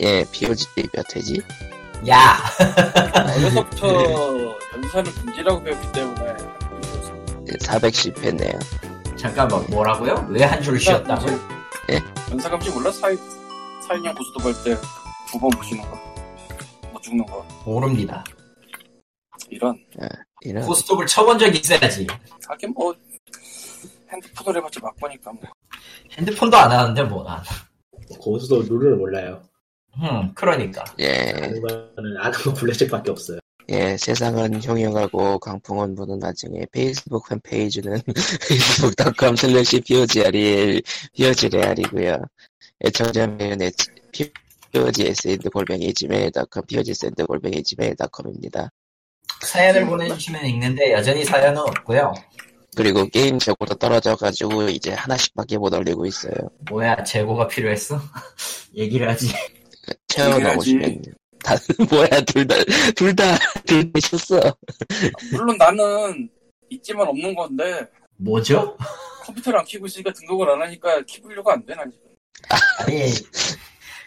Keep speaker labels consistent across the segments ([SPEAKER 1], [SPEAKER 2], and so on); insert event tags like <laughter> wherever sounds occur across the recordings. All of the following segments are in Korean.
[SPEAKER 1] 예, POG 몇 회지?
[SPEAKER 2] 야!
[SPEAKER 3] 어려서부터
[SPEAKER 2] 예.
[SPEAKER 3] 연산을 금지라고 배웠기 때문에
[SPEAKER 1] 네, 410회네요.
[SPEAKER 2] 잠깐만, 뭐라고요? 왜 한 줄 쉬었다고요?
[SPEAKER 1] 예?
[SPEAKER 3] 연산 금지 몰라? 사인 사인형 고스톱 할때 두 번 보시는 거. 못 죽는 거.
[SPEAKER 2] 모릅니다.
[SPEAKER 3] 이런.
[SPEAKER 1] 이런.
[SPEAKER 2] 고스톱을 쳐본 적이 있어야지.
[SPEAKER 3] 하긴 뭐 핸드폰으로 해봤자 막보니까 뭐.
[SPEAKER 2] 핸드폰도 안 하는데, 뭐, 난.
[SPEAKER 4] 고수도 룰을 몰라요.
[SPEAKER 2] 음, 그러니까.
[SPEAKER 1] 예,
[SPEAKER 4] 아는 거는 아는 거 블랙잭밖에 없어요.
[SPEAKER 1] 예, 세상은 형용하고 강풍은 부는 나중에 페이스북 팬페이지는 <laughs> facebook.com slash POGREL, POGREAL이고요. 애청자 메일은 POGSND골뱅이지메일.com, POGSND골뱅이지메일.com입니다.
[SPEAKER 2] 사연을 보내주시면 읽는데, 여전히 사연은 없고요
[SPEAKER 1] 그리고 게임 재고도 떨어져가지고 이제 하나씩밖에 못 올리고 있어요.
[SPEAKER 2] 뭐야, 재고가 필요했어? <laughs> 얘기를 하지.
[SPEAKER 1] 채워나고
[SPEAKER 3] 얘기해야지.
[SPEAKER 1] 싶은 다 <laughs> 뭐야 둘다둘다둘다 있었어.
[SPEAKER 3] 물론 나는 있지만 없는 건데
[SPEAKER 2] 뭐죠?
[SPEAKER 3] 컴퓨터를 안 키고 있으니까 등록을 안 하니까 키 분류가 안 돼, 난 지금.
[SPEAKER 2] 아니,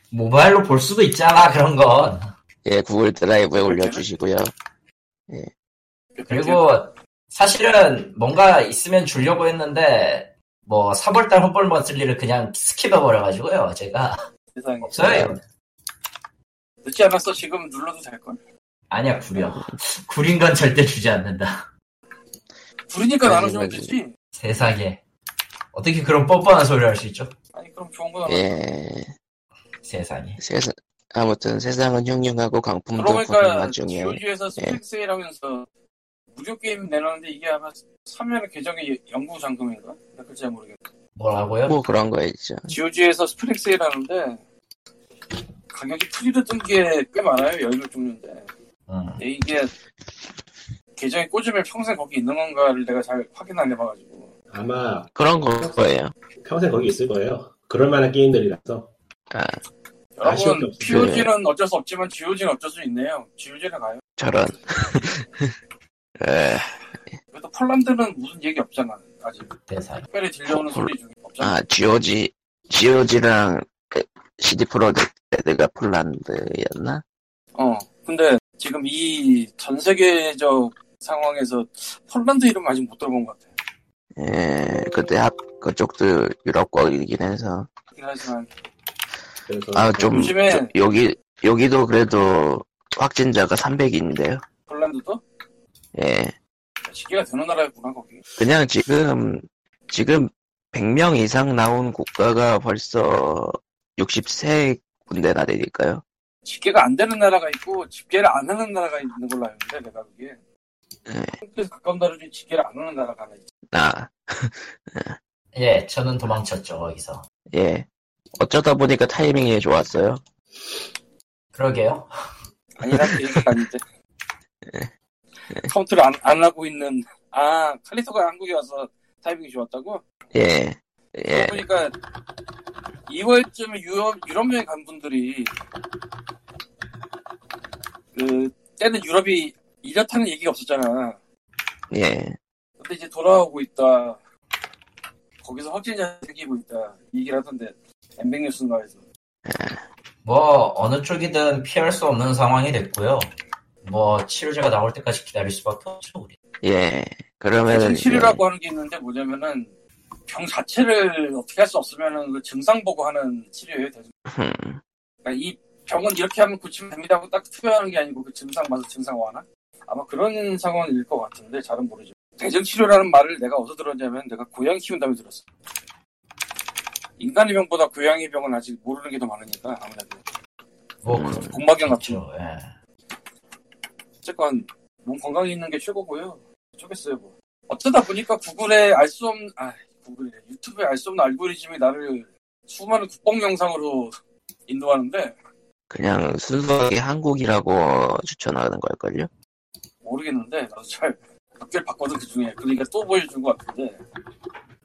[SPEAKER 2] 모바일로 볼 수도 있잖아, 그런 건.
[SPEAKER 1] 예 구글 드라이브에 올려주시고요.
[SPEAKER 2] 그리고 사실은 뭔가 있으면 주려고 했는데 뭐 3월달 헛벌 머슬리를 그냥 스킵해 버려가지고요 제가
[SPEAKER 3] 세상에.
[SPEAKER 2] 없어요
[SPEAKER 3] 늦지 않았어. 지금 눌러도 될걸.
[SPEAKER 2] 아니야 구려 구린 건 절대 주지 않는다
[SPEAKER 3] 부르니까
[SPEAKER 2] 네,
[SPEAKER 1] 아니,
[SPEAKER 3] 나눠주면
[SPEAKER 1] 맞지.
[SPEAKER 3] 되지.
[SPEAKER 2] 세상에 어떻게 그런 뻔뻔한 소리 할 수 있죠
[SPEAKER 3] 아니 그럼 좋은 거 나눠.
[SPEAKER 1] 예
[SPEAKER 2] 세상에
[SPEAKER 1] 세상 아무튼 세상은 흉흉하고 강품도 부는
[SPEAKER 3] 그러니까
[SPEAKER 1] 와중에 예.
[SPEAKER 3] 지오지에서 스펙 세일하면서 무료 게임 내놨는데 이게 아마 사면 계정의 연구 잠금인가? 나 글잘 모르겠네.
[SPEAKER 2] 뭐라고요?
[SPEAKER 1] 뭐 그런 거 있죠.
[SPEAKER 3] 지오지에서 스프링 세일하는데 가격이 풀이로 뜬 게 꽤 많아요. 열몇 종류인데
[SPEAKER 2] 음,
[SPEAKER 3] 근데 이게 계정에 꽂으면 평생 거기 있는 건가를 내가 잘 확인 안 해봐가지고
[SPEAKER 4] 아마
[SPEAKER 1] 그런
[SPEAKER 3] 그렇죠.
[SPEAKER 1] 거 거예요.
[SPEAKER 4] 평생 거기 있을 거예요. 그럴 만한 게임들이라서.
[SPEAKER 1] 아
[SPEAKER 4] 아쉬울 게
[SPEAKER 3] 여러분
[SPEAKER 4] 없어요.
[SPEAKER 3] POG는 어쩔 수 없지만 지오지는 어쩔 수 있네요. 지오지는 가요.
[SPEAKER 1] 저런. <laughs> 예, 에,
[SPEAKER 3] 그래도 폴란드는 무슨 얘기 없잖아. 아직
[SPEAKER 2] 세상에
[SPEAKER 3] 특별히 들려오는
[SPEAKER 1] 폴-
[SPEAKER 3] 소리 중에 없잖아.
[SPEAKER 1] 아 GOG GOG랑 그 CD 프로젝트가 폴란드였나?
[SPEAKER 3] 어 근데 지금 이 전 세계적 상황에서 폴란드 이름 아직 못 들어본 것 같아.
[SPEAKER 1] 예 그때 합 그쪽도 유럽권이긴 해서.
[SPEAKER 3] 그렇긴 하지만
[SPEAKER 4] 그래서
[SPEAKER 1] 아, 좀,
[SPEAKER 3] 요즘에-
[SPEAKER 1] 좀 여기, 여기도 그래도 확진자가 300인데요.
[SPEAKER 3] 폴란드도
[SPEAKER 1] 예.
[SPEAKER 3] 시기가 되는 나라였구나 거기.
[SPEAKER 1] 그냥 지금, 지금 100명 이상 나온 국가가 벌써 63 군데나 되니까요.
[SPEAKER 3] 집계가 안 되는 나라가 있고 집계를 안 하는 나라가 있는 걸로 알고 있는데 내가 그게
[SPEAKER 1] 네.
[SPEAKER 3] 그래서 가까운 나라 중에 집계를 안 하는 나라가 하나 있지
[SPEAKER 1] 아,
[SPEAKER 2] 예 저는 도망쳤죠 거기서
[SPEAKER 1] 예. 어쩌다 보니까 타이밍이 좋았어요.
[SPEAKER 2] 그러게요
[SPEAKER 3] 아니라 그 얘기가 아닌데 카운트를 안, 안 하고 있는 아 칼리토가 한국에 와서 타이밍이 좋았다고?
[SPEAKER 1] 예. 예.
[SPEAKER 3] 그러니까 2월쯤에 유럽, 유럽 여행 간 분들이 그 때는 유럽이 이렇다는 얘기가 없었잖아
[SPEAKER 1] 예.
[SPEAKER 3] 근데 이제 돌아오고 있다. 거기서 확진자 생기고 있다. 이 얘기를 하던데, 엠백 뉴스인가에서.
[SPEAKER 2] 뭐 어느 쪽이든 피할 수 없는 상황이 됐고요 뭐 치료제가 나올 때까지 기다릴 수밖에 없죠 우리
[SPEAKER 1] 예. 그러면은.
[SPEAKER 3] 실이라고 하는 게 있는데 뭐냐면은, 병 자체를 어떻게 할 수 없으면은 그 증상 보고 하는 치료예요. 대부분.
[SPEAKER 1] 예.
[SPEAKER 3] 그러니까 이 병은 이렇게 하면 고치면 됩니다 하고 딱 투여하는 게 아니고 그 증상 봐서 증상 완화? 아마 그런 상황일 것 같은데, 잘은 모르죠. 대증치료라는 말을 내가 어디서 들었냐면 내가 고양이 키운다음에 들었어. 인간의 병보다 고양이 병은 아직 모르는 게 더 많으니까 아무래도
[SPEAKER 2] 뭐
[SPEAKER 1] 음,
[SPEAKER 2] 그렇죠
[SPEAKER 3] 공막염 같은 거.
[SPEAKER 2] 예.
[SPEAKER 3] 어쨌건 몸 건강히 있는 게 최고고요. 좋겠어요 뭐. 어쩌다 보니까 구글에 알 수 없는 아 구글에 유튜브에 알 수 없는 알고리즘이 나를 수많은 국뽕 영상으로 인도하는데
[SPEAKER 1] 그냥 순수하게 한국이라고 추천하는 걸걸요?
[SPEAKER 3] 모르겠는데 나도 잘 몇개를 봤거든 그 중에 그러니까 또 보여준 것 같은데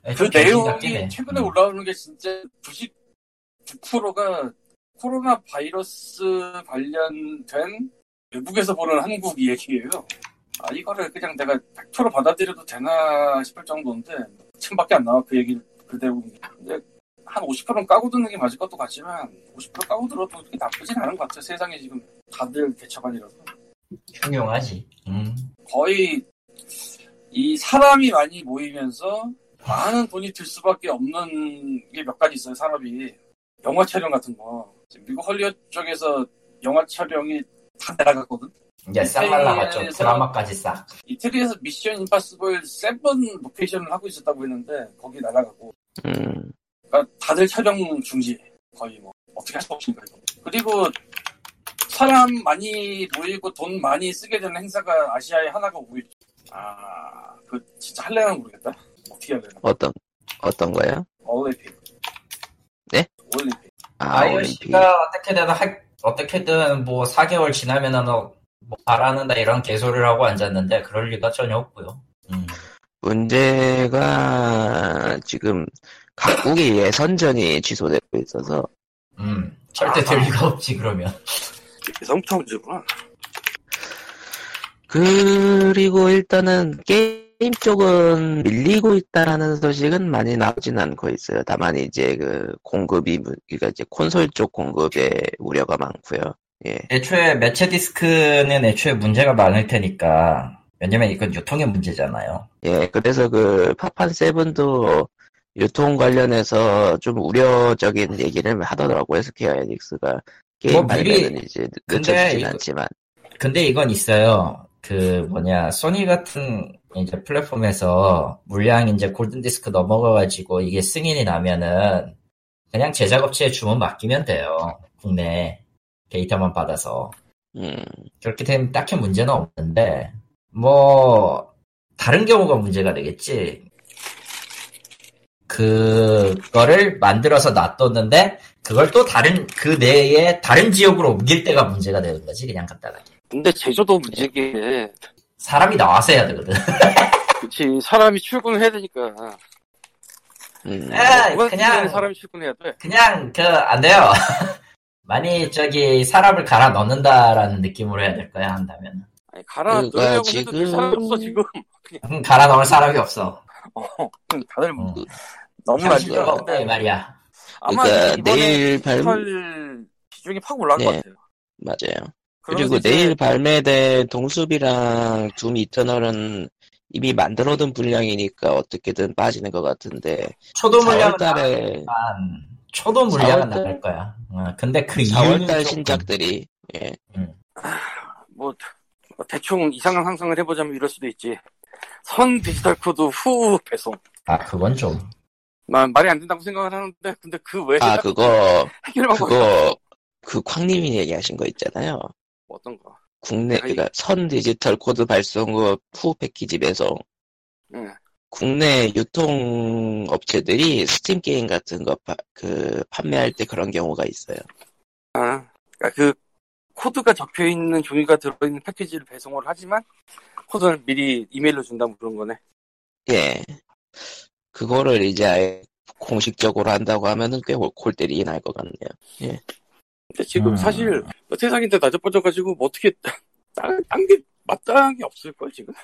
[SPEAKER 2] 예, 좀
[SPEAKER 3] 그
[SPEAKER 2] 정신 같긴 해.
[SPEAKER 3] 내용이 최근에
[SPEAKER 2] 음.
[SPEAKER 3] 올라오는 게 진짜 99%가 코로나 바이러스 관련된 외국에서 보는 한국 이야기예요. 아 이거를 그냥 내가 100% 받아들여도 되나 싶을 정도인데 지금밖에 안 나와 그 얘기 를 그대로. 그 근데 한 50%는 까고 듣는 게 맞을 것도 같지만 50% 까고 들어도 그렇게 나쁘진 않은 것 같아요. 세상에 지금 다들 개척안이라서
[SPEAKER 2] 흉용하지. 음.
[SPEAKER 3] 거의 이 사람이 많이 모이면서 많은 돈이 들 수밖에 없는 게 몇 가지 있어요. 산업이 영화 촬영 같은 거 지금 미국 헐리우드 쪽에서 영화 촬영이 다 날아갔거든.
[SPEAKER 2] 이제 싹
[SPEAKER 3] 네,
[SPEAKER 2] 날라갔죠.
[SPEAKER 3] 이태리에서-
[SPEAKER 2] 드라마까지 싹.
[SPEAKER 3] 이태리에서 미션 임파서블 세븐 로케이션을 하고 있었다고 했는데 거기 날아갔고
[SPEAKER 1] 음,
[SPEAKER 3] 그러니까 다들 촬영 중지 거의 뭐 어떻게 할 수 없으니까 이거. 그리고 사람 많이 모이고 돈 많이 쓰게 되는 행사가 아시아에 하나가 오고 있죠. 아, 그 진짜 할래나 모르겠다. 어떻게 할래나.
[SPEAKER 1] 어떤, 어떤 거야?
[SPEAKER 3] 올림픽.
[SPEAKER 1] 네?
[SPEAKER 3] 올림픽.
[SPEAKER 1] 아, 올림픽.
[SPEAKER 2] IOC가 어떻게든 할- 어떻게든 뭐 4개월 지나면은 어, 뭐 바라는다 이런 개소리를 하고 앉았는데 그럴 리가 전혀 없고요. 음.
[SPEAKER 1] 문제가 지금 각국의 예선전이 취소되고 있어서
[SPEAKER 2] 음. 절대 될 리가 없지 그러면.
[SPEAKER 3] 성청주구나.
[SPEAKER 1] 그리고 일단은 게임 쪽은 밀리고 있다라는 소식은 많이 나오진 않고 있어요. 다만 이제 그 공급이 문- 그러니까 이제 콘솔 쪽 공급에 우려가 많고요. 예,
[SPEAKER 2] 애초에 매체 디스크는 애초에 문제가 많을 테니까 왜냐면 이건 유통의 문제잖아요.
[SPEAKER 1] 예. 그래서 그 파판 세븐도 유통 관련해서 좀 우려적인 얘기를 하더라고요. 스퀘어 에닉스가 게임
[SPEAKER 2] 뭐 미리-
[SPEAKER 1] 발매는 이제 늦-
[SPEAKER 2] 근데
[SPEAKER 1] 늦춰지진
[SPEAKER 2] 이거-
[SPEAKER 1] 않지만
[SPEAKER 2] 근데 이건 있어요. 그 뭐냐 소니 같은 이제 플랫폼에서 물량 이제 골든 디스크 넘어가가지고 이게 승인이 나면은 그냥 제작업체에 주문 맡기면 돼요. 국내 데이터만 받아서
[SPEAKER 1] 음,
[SPEAKER 2] 그렇게 되면 딱히 문제는 없는데 뭐 다른 경우가 문제가 되겠지. 그거를 만들어서 놔뒀는데 그걸 또 다른 그 내에 다른 지역으로 옮길 때가 문제가 되는 거지 그냥 간단하게.
[SPEAKER 3] 근데 제조도 문제게.
[SPEAKER 2] 사람이 나와서 해야 되거든.
[SPEAKER 3] 그치. 사람이 출근해야 되니까.
[SPEAKER 1] 음.
[SPEAKER 2] 아, 그냥
[SPEAKER 1] 뭐.
[SPEAKER 3] 출근해야 돼.
[SPEAKER 2] 그냥 그 안 돼요. <laughs> 많이 저기 사람을 갈아 넣는다라는 느낌으로 해야 될 거야 한다면.
[SPEAKER 3] 아니,
[SPEAKER 1] 갈아 그러니까 넣으려고 해도 지금- 사람이 없어, 지금.
[SPEAKER 2] 음, 갈아 넣을 사람이 없어.
[SPEAKER 3] 다들
[SPEAKER 2] 음.
[SPEAKER 3] 너무
[SPEAKER 1] 할
[SPEAKER 3] 많이
[SPEAKER 1] 수가
[SPEAKER 2] 현실적으로
[SPEAKER 1] 맞아요.
[SPEAKER 2] 없다 이 말이야.
[SPEAKER 3] 아마
[SPEAKER 1] 어. 그러니까
[SPEAKER 3] 이번에
[SPEAKER 1] 내일 발-
[SPEAKER 3] 디지털 비중이 팍 올라간
[SPEAKER 1] 네.
[SPEAKER 3] 것 같아요.
[SPEAKER 1] 맞아요.
[SPEAKER 3] 그러면서
[SPEAKER 1] 그리고
[SPEAKER 3] 이제
[SPEAKER 1] 내일 발매될 동숲이랑 둠 이터널은 이미 만들어둔 분량이니까 어떻게든 빠지는 것 같은데
[SPEAKER 2] 초도 물량은
[SPEAKER 1] 4월달에
[SPEAKER 2] 나간 초도 물량은
[SPEAKER 1] 4월달?
[SPEAKER 2] 나갈 거야. 어, 근데 그 이유는
[SPEAKER 1] 4월달
[SPEAKER 2] 조금-
[SPEAKER 1] 신작들이 예.
[SPEAKER 3] 뭐 대충 이상한 상상을 해보자면 이럴 수도 있지. 선 디지털 코드 후 배송.
[SPEAKER 2] 아 그건 좀.
[SPEAKER 3] 난 말이 안 된다고 생각을 하는데 근데 그 외에
[SPEAKER 1] 아 그거
[SPEAKER 3] 해결 방법이
[SPEAKER 1] 그거 그 쾅님이 얘기하신 거 있잖아요.
[SPEAKER 3] 어떤 거?
[SPEAKER 1] 국내
[SPEAKER 3] 아니.
[SPEAKER 1] 그러니까 선 디지털 코드 발송 후 후 패키지 배송
[SPEAKER 3] 예.
[SPEAKER 1] 국내 유통 업체들이 스팀 게임 같은 거 그 판매할 때 그런 경우가 있어요.
[SPEAKER 3] 아, 그러니까 그 코드가 적혀 있는 종이가 들어있는 패키지를 배송을 하지만 코드를 미리 이메일로 준다 뭐 그런 거네.
[SPEAKER 1] 예. 그거를 이제 아예 공식적으로 한다고 하면은 꽤골 때리긴 할 것 같네요.
[SPEAKER 3] 근데 지금
[SPEAKER 2] 음.
[SPEAKER 3] 사실 뭐 세상인데 낮아빠져가지고 뭐 어떻게 <laughs> 딴게 마땅한 게 없을 걸 지금.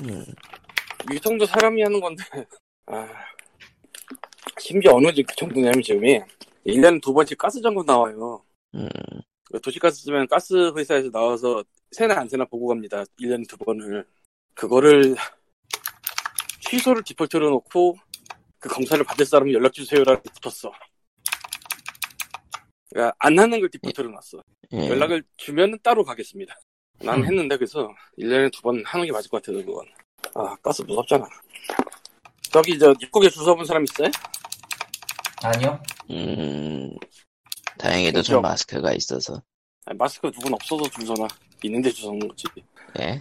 [SPEAKER 1] 음.
[SPEAKER 3] 유통도 사람이 하는 건데, <laughs> 아, 심지어 어느 집 정도냐면 지금이 1년에 두 번씩 가스 점검 나와요.
[SPEAKER 1] 음.
[SPEAKER 3] 그 도시가스 쓰면 가스 회사에서 나와서 새나 안 새나 보고 갑니다. 1년에 두 번을. 그거를 취소를 디폴트로 놓고 그 검사를 받을 사람은 연락주세요라고 붙었어. 그러니까 안 하는 걸 디폴트로 놨어.
[SPEAKER 1] 예. 음.
[SPEAKER 3] 연락을 주면 따로 가겠습니다. 난 했는데 그래서 1년에 두 번 하는 게 맞을 것 같아요 그건. 아 가스 무섭잖아. 저기 저 입국에 주워본 사람 있어요?
[SPEAKER 2] 아니요.
[SPEAKER 1] 음. 다행히도 좀
[SPEAKER 3] 그죠.
[SPEAKER 1] 마스크가 있어서.
[SPEAKER 3] 아니, 마스크 누군 없어서 주워나 있는데 주워는 거지.
[SPEAKER 1] 예.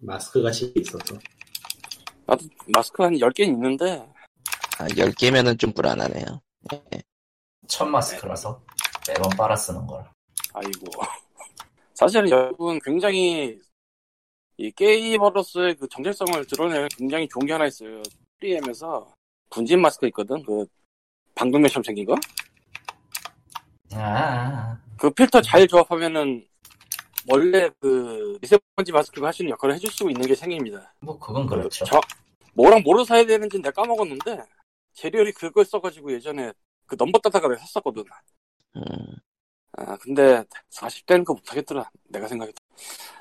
[SPEAKER 4] 마스크가 실이 있어서.
[SPEAKER 3] 나도 마스크 한 10개는 있는데
[SPEAKER 1] 아, 10개면은 좀 불안하네요.
[SPEAKER 2] 첫 마스크라서 매번 빨아 쓰는 걸.
[SPEAKER 3] 아이고 <laughs> 사실은 여러분 굉장히 이 게이머로서의 그 정체성을 드러내는 굉장히 좋은 게 하나 있어요. 3M에서 분진 마스크 있거든. 그 방독면처럼 생긴 거.
[SPEAKER 2] 아.
[SPEAKER 3] 그 필터 잘 조합하면은 원래 그 미세먼지 마스크가 하시는 역할을 해줄 수 있는 게 생깁니다.
[SPEAKER 2] 뭐 그건 그렇죠.
[SPEAKER 3] 저- 뭐랑 뭐로 사야 되는지 내가 까먹었는데 계리얼이 그걸 써가지고 예전에 그 넘버 따다가 했었거든.
[SPEAKER 1] 음,
[SPEAKER 3] 아, 근데 40대는 그거 못하겠더라. 내가 생각했다.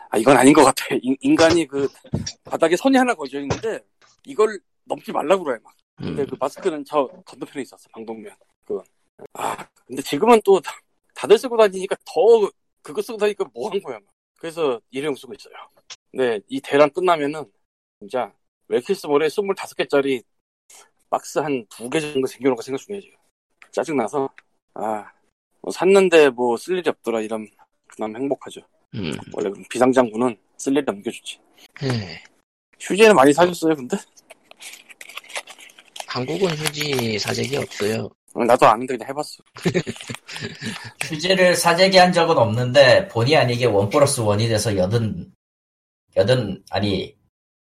[SPEAKER 3] 아, 이건 아닌 것 같아. 인, 간이그 바닥에 선이 하나 거져 있는데 이걸 넘지 말라고 그래, 막. 근데
[SPEAKER 1] 음.
[SPEAKER 3] 그 마스크는 저 건너편에 있었어, 방독면. 그건. 아, 근데 지금은 또 다- 다들 쓰고 다니니까 더 그거 쓰고 다니니까 뭐 한 거야, 막. 그래서 일회용 쓰고 있어요. 네, 이 대란 끝나면은 진짜 웰키스몰에 25개짜리 박스 한 두 개 정도 생겨놓고 생각 중이에요, 지금. 짜증나서. 아, 뭐 샀는데 뭐 쓸 일이 없더라 이러면 그나마 행복하죠.
[SPEAKER 1] 음.
[SPEAKER 3] 원래 그럼 비상장구는 쓸 일이 남겨주지.
[SPEAKER 1] 에,
[SPEAKER 3] 휴지는 많이 사줬어요, 근데?
[SPEAKER 1] 한국은 휴지 사재기 없어요.
[SPEAKER 3] 어, 나도 아는데 그냥 해봤어.
[SPEAKER 2] 휴지를 사재기 한 적은 없는데 본의 아니게 원 플러스 원이 돼서 여든 여든 아니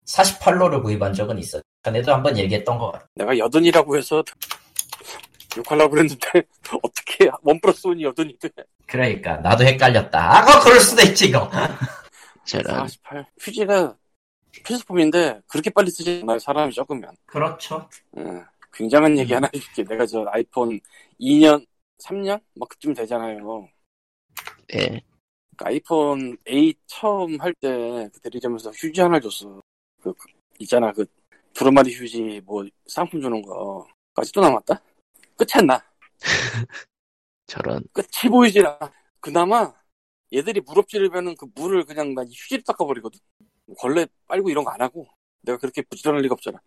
[SPEAKER 2] 48로를 구입한 적은 있어. 전에도 한번 얘기했던 것 같아.
[SPEAKER 3] 내가 여든이라고 해서 욕하려고 그랬는데 <laughs> 어떻게 원 플러스 원이 여든이 돼?
[SPEAKER 2] 그러니까 나도 헷갈렸다. 아까 그럴 수도 있지 이거.
[SPEAKER 1] 저런.
[SPEAKER 3] 48. 휴지가 필수품인데 그렇게 빨리 쓰지 않아요, 사람이 적으면.
[SPEAKER 2] 그렇죠.
[SPEAKER 3] 응. 굉장한 얘기 하나 해줄게. 내가 저 아이폰 2년, 3년? 막 그쯤 되잖아요.
[SPEAKER 1] 예.
[SPEAKER 3] 그 아이폰 8 처음 할 때그 대리점에서 휴지 하나 줬어. 그, 그 있잖아 그 두루마리 휴지 뭐 상품 주는 거 아직도 남았다. 끝이 안 나.
[SPEAKER 1] 저런.
[SPEAKER 3] 끝이 보이질 않아. 그러니까 그나마 얘들이 무릎지르면은 그 물을 그냥 난 휴지로 닦아버리거든. 걸레 빨고 이런 거 안 하고 내가 그렇게 부지런할 리가 없잖아.